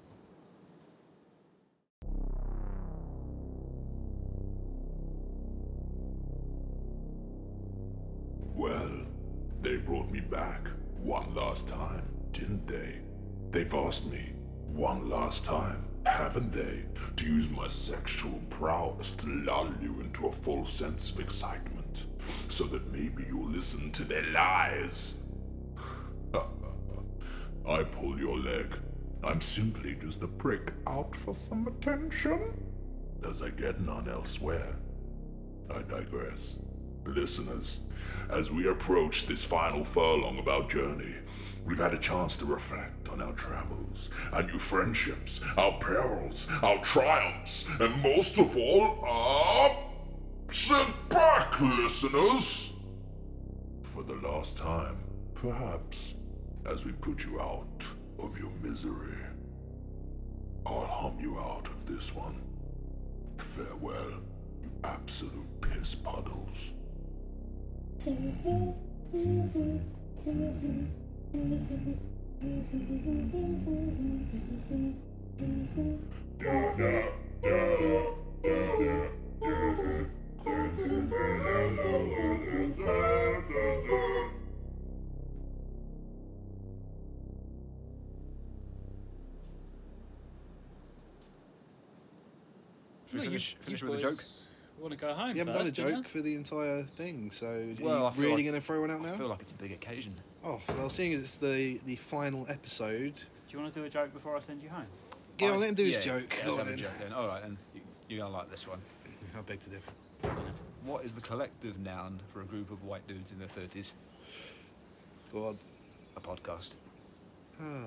[SPEAKER 5] Well, they brought me back one last time, didn't they? They've asked me one last time, haven't they, to use my sexual prowess to lull you into a false sense of excitement, so that maybe you'll listen to their lies. I pull your leg. I'm simply just a prick out for some attention, as I get none elsewhere. I digress. Listeners, as we approach this final furlong of our journey, we've had a chance to reflect on our travels, our new friendships, our perils, our triumphs, and most of all, our. Sit back, listeners! For the last time, perhaps, as we put you out of your misery. I'll hum you out of this one. Farewell, you absolute piss puddles.
[SPEAKER 2] Should we finish, finish with a joke?
[SPEAKER 4] Want to go home?
[SPEAKER 3] You haven't done a
[SPEAKER 4] first, do you?
[SPEAKER 3] joke for the entire thing, so
[SPEAKER 2] Well, I feel
[SPEAKER 3] are you really
[SPEAKER 2] like-
[SPEAKER 3] going to throw one out
[SPEAKER 2] I feel
[SPEAKER 3] now?
[SPEAKER 2] like it's a big occasion.
[SPEAKER 3] Oh, well, seeing as it's the the final episode,
[SPEAKER 4] Do you want to do a joke before I send you home?
[SPEAKER 3] yeah, well,
[SPEAKER 2] I-
[SPEAKER 3] let him do his
[SPEAKER 2] yeah,
[SPEAKER 3] joke.
[SPEAKER 2] yeah,
[SPEAKER 3] Go
[SPEAKER 2] let's
[SPEAKER 3] on
[SPEAKER 2] have a
[SPEAKER 3] then.
[SPEAKER 2] joke then. All right, and you, you're gonna like this one.
[SPEAKER 3] I beg to differ.
[SPEAKER 2] What is the collective noun for a group of white dudes in their thirties?
[SPEAKER 3] Go on.
[SPEAKER 2] A podcast.
[SPEAKER 3] Ah.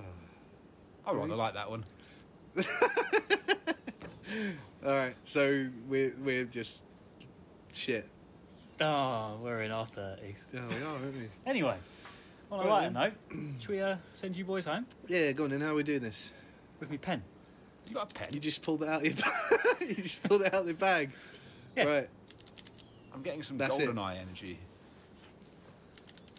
[SPEAKER 2] I rather like that one.
[SPEAKER 3] All right, so we're we're just shit.
[SPEAKER 4] Oh, we're in our thirties.
[SPEAKER 3] Yeah, we are, aren't we?
[SPEAKER 4] Anyway, on a lighter
[SPEAKER 3] Right
[SPEAKER 4] note, should we uh, send you boys home
[SPEAKER 3] Yeah, go on. Then how are we doing this?
[SPEAKER 4] with me pen?
[SPEAKER 2] You got a pen?
[SPEAKER 3] You just pulled it out of your bag. you just pulled it out of your bag.
[SPEAKER 4] Yeah.
[SPEAKER 3] Right.
[SPEAKER 2] I'm getting some
[SPEAKER 3] That's it.
[SPEAKER 2] golden eye energy.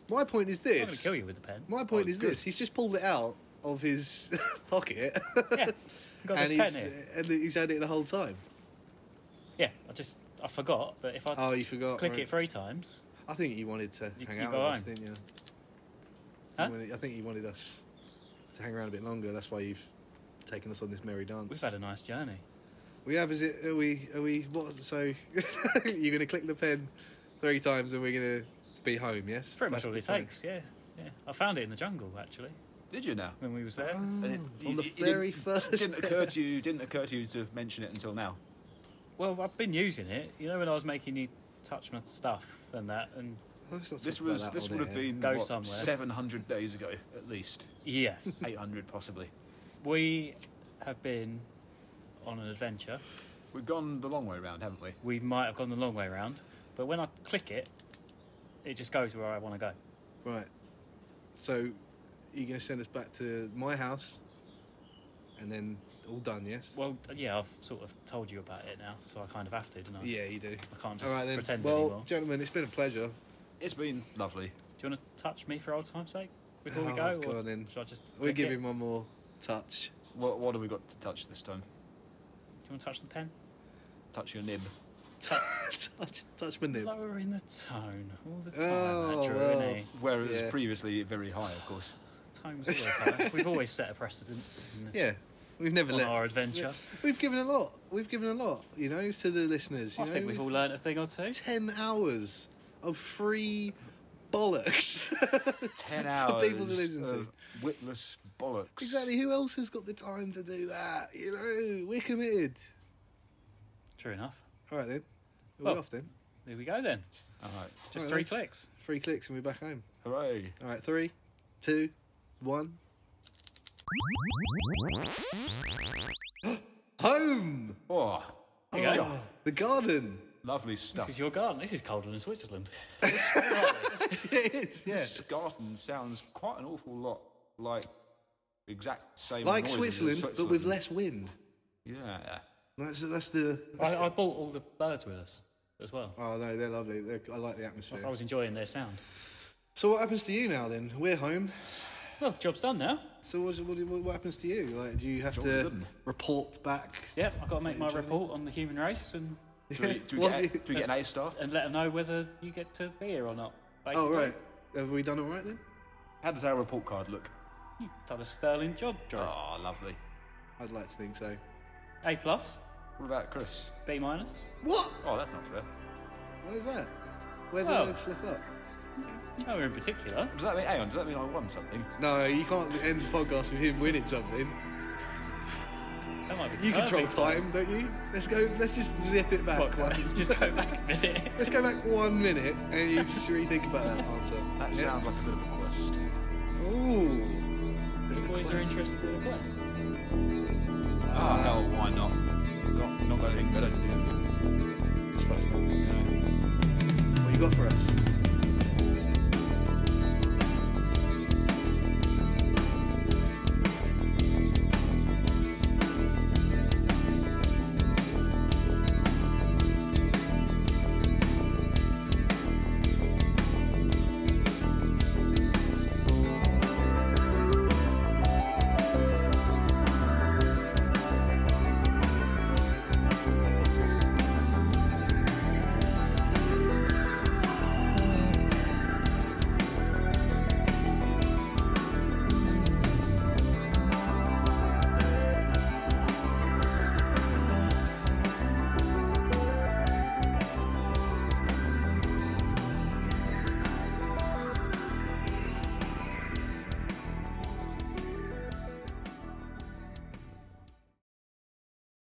[SPEAKER 3] My point is
[SPEAKER 4] I'm going to
[SPEAKER 3] this.
[SPEAKER 4] kill you with the pen.
[SPEAKER 3] My point
[SPEAKER 2] Oh,
[SPEAKER 3] is
[SPEAKER 2] good.
[SPEAKER 3] this. He's just pulled it out of his pocket,
[SPEAKER 4] Yeah, I've got
[SPEAKER 3] and
[SPEAKER 4] this pen
[SPEAKER 3] he's
[SPEAKER 4] here.
[SPEAKER 3] and he's had it the whole time.
[SPEAKER 4] uh, Yeah, I just I forgot that if I
[SPEAKER 3] Oh, you forgot.
[SPEAKER 4] click
[SPEAKER 3] right.
[SPEAKER 4] it three times,
[SPEAKER 3] I think you wanted to
[SPEAKER 4] You-
[SPEAKER 3] hang
[SPEAKER 4] you
[SPEAKER 3] out
[SPEAKER 4] go
[SPEAKER 3] with us,
[SPEAKER 4] home.
[SPEAKER 3] didn't you? You
[SPEAKER 4] Huh?
[SPEAKER 3] wanted- I think you wanted us to hang around a bit longer. That's why you've taken us on this merry dance.
[SPEAKER 4] we've had a nice journey.
[SPEAKER 3] We have. Is it? Are we? Are we? What? So you're gonna click the pen three times, and we're gonna be home. Yes.
[SPEAKER 4] It's pretty much
[SPEAKER 3] That's
[SPEAKER 4] all
[SPEAKER 3] the
[SPEAKER 4] it
[SPEAKER 3] plan.
[SPEAKER 4] takes. Yeah, yeah. I found it in the jungle actually
[SPEAKER 2] Did you now?
[SPEAKER 4] when we was there.
[SPEAKER 3] Oh.
[SPEAKER 2] And it- you-
[SPEAKER 3] on the
[SPEAKER 2] you- it
[SPEAKER 3] very
[SPEAKER 2] didn't,
[SPEAKER 3] first
[SPEAKER 2] Didn't occur
[SPEAKER 3] day.
[SPEAKER 2] to you. Didn't occur to you to mention it until now.
[SPEAKER 4] Well, I've been using it. You know when I was making you touch my stuff and that, and
[SPEAKER 3] Let's not
[SPEAKER 2] This
[SPEAKER 3] talk about
[SPEAKER 2] was
[SPEAKER 3] that
[SPEAKER 2] this
[SPEAKER 3] on
[SPEAKER 2] would have
[SPEAKER 3] air.
[SPEAKER 2] been
[SPEAKER 4] Go
[SPEAKER 2] what,
[SPEAKER 4] somewhere.
[SPEAKER 2] 700 days ago at least,
[SPEAKER 4] yes,
[SPEAKER 2] 800 possibly.
[SPEAKER 4] we have been on an adventure.
[SPEAKER 2] We've gone the long way round, haven't we?
[SPEAKER 4] We might have gone the long way round, but when I click it, it just goes where I want to go.
[SPEAKER 3] Right. So you're gonna send us back to my house, and then all done. Yes.
[SPEAKER 4] Well, yeah, I've sort of told you about it now, so I kind of have to, don't I?
[SPEAKER 3] Yeah, you do.
[SPEAKER 4] I can't just
[SPEAKER 3] All right then.
[SPEAKER 4] pretend
[SPEAKER 3] well,
[SPEAKER 4] anymore.
[SPEAKER 3] gentlemen, it's been a pleasure.
[SPEAKER 2] It's been lovely.
[SPEAKER 4] Do you want to touch me for old time's sake before we
[SPEAKER 3] Oh,
[SPEAKER 4] go?
[SPEAKER 3] go
[SPEAKER 4] or
[SPEAKER 3] on then.
[SPEAKER 4] Should I just?
[SPEAKER 3] We
[SPEAKER 4] click
[SPEAKER 3] give
[SPEAKER 4] it?
[SPEAKER 3] him one more touch.
[SPEAKER 2] What what have we got to touch this time?
[SPEAKER 4] Do you want to touch the pen?
[SPEAKER 2] Touch your nib.
[SPEAKER 3] touch, touch my nib.
[SPEAKER 4] Lowering the tone all the time.
[SPEAKER 3] Oh,
[SPEAKER 4] that Drew,
[SPEAKER 3] well.
[SPEAKER 4] innit?
[SPEAKER 2] Where it was
[SPEAKER 3] Yeah.
[SPEAKER 2] previously very high, of course.
[SPEAKER 4] Tone was always high. We've always set a precedent in this-
[SPEAKER 3] Yeah. We've never
[SPEAKER 4] on
[SPEAKER 3] let.
[SPEAKER 4] our adventure.
[SPEAKER 3] We've given a lot. We've given a lot. You know, to the listeners. You
[SPEAKER 4] I
[SPEAKER 3] know,
[SPEAKER 4] think we've all learnt a thing or two.
[SPEAKER 3] ten hours of free bollocks.
[SPEAKER 2] Ten
[SPEAKER 3] For
[SPEAKER 2] hours
[SPEAKER 3] people to listen to.
[SPEAKER 2] of witless bollocks.
[SPEAKER 3] exactly. Who else has got the time to do that? You know, we're committed.
[SPEAKER 4] True enough.
[SPEAKER 3] All right then. We're
[SPEAKER 4] Well-
[SPEAKER 3] off then.
[SPEAKER 4] There we go then.
[SPEAKER 2] All right.
[SPEAKER 4] Just three
[SPEAKER 3] Alright, let's-
[SPEAKER 4] clicks.
[SPEAKER 3] Three clicks and we're back home.
[SPEAKER 2] Hooray.
[SPEAKER 3] All right, three, two, one. home.
[SPEAKER 2] Oh,
[SPEAKER 4] There you go.
[SPEAKER 3] Ah, the garden.
[SPEAKER 2] lovely
[SPEAKER 4] This
[SPEAKER 2] stuff.
[SPEAKER 4] is your garden. This is colder than Switzerland.
[SPEAKER 3] it is. Yeah.
[SPEAKER 2] This garden sounds quite an awful lot like exact same.
[SPEAKER 3] Like
[SPEAKER 2] noises as
[SPEAKER 3] Switzerland, but with
[SPEAKER 2] Switzerland.
[SPEAKER 3] less wind.
[SPEAKER 2] Yeah.
[SPEAKER 3] That's that's the.
[SPEAKER 4] I, I bought all the birds with us as well.
[SPEAKER 3] Oh no, they're lovely. They're, I like the atmosphere.
[SPEAKER 4] I was enjoying their sound.
[SPEAKER 3] So what happens to you now then? We're home.
[SPEAKER 4] Well, job's done now.
[SPEAKER 3] So what's, what, what what happens to you? Like, do you have
[SPEAKER 2] Job's
[SPEAKER 3] to
[SPEAKER 2] done.
[SPEAKER 3] report back?
[SPEAKER 4] Yeah, I've got to make my report on the human race and,
[SPEAKER 2] Do we, do we
[SPEAKER 3] What
[SPEAKER 2] get,
[SPEAKER 3] have
[SPEAKER 2] a-
[SPEAKER 3] you-
[SPEAKER 2] do we get an A star?
[SPEAKER 4] and let them know whether you get to be here or not.
[SPEAKER 3] Oh
[SPEAKER 4] Basically.
[SPEAKER 3] right. Have we done all right then?
[SPEAKER 2] How does our report card look?
[SPEAKER 4] You've done a sterling job, Drew.
[SPEAKER 2] Oh, lovely.
[SPEAKER 3] I'd like to think so.
[SPEAKER 4] A plus,
[SPEAKER 2] What about Chris?
[SPEAKER 4] B minus.
[SPEAKER 3] What?
[SPEAKER 2] Oh, that's not fair.
[SPEAKER 3] What is that? Where did
[SPEAKER 4] Well-
[SPEAKER 3] I slip up?
[SPEAKER 4] Nowhere Oh, in particular.
[SPEAKER 2] Does that mean? Hang on. Does that mean I won something?
[SPEAKER 3] No, you can't end the podcast with him winning something.
[SPEAKER 4] That might be
[SPEAKER 3] You control
[SPEAKER 4] perfect.
[SPEAKER 3] time, don't you? Let's go. Let's just zip it back.
[SPEAKER 4] What,
[SPEAKER 3] one-
[SPEAKER 4] just go back a minute.
[SPEAKER 3] let's go back one minute and you just rethink about that answer.
[SPEAKER 2] That sounds like a bit of a quest.
[SPEAKER 3] Ooh.
[SPEAKER 4] The boys are interested in the quest.
[SPEAKER 2] Oh, hell, why not? Not, not got anything better to do.
[SPEAKER 3] What you got for us?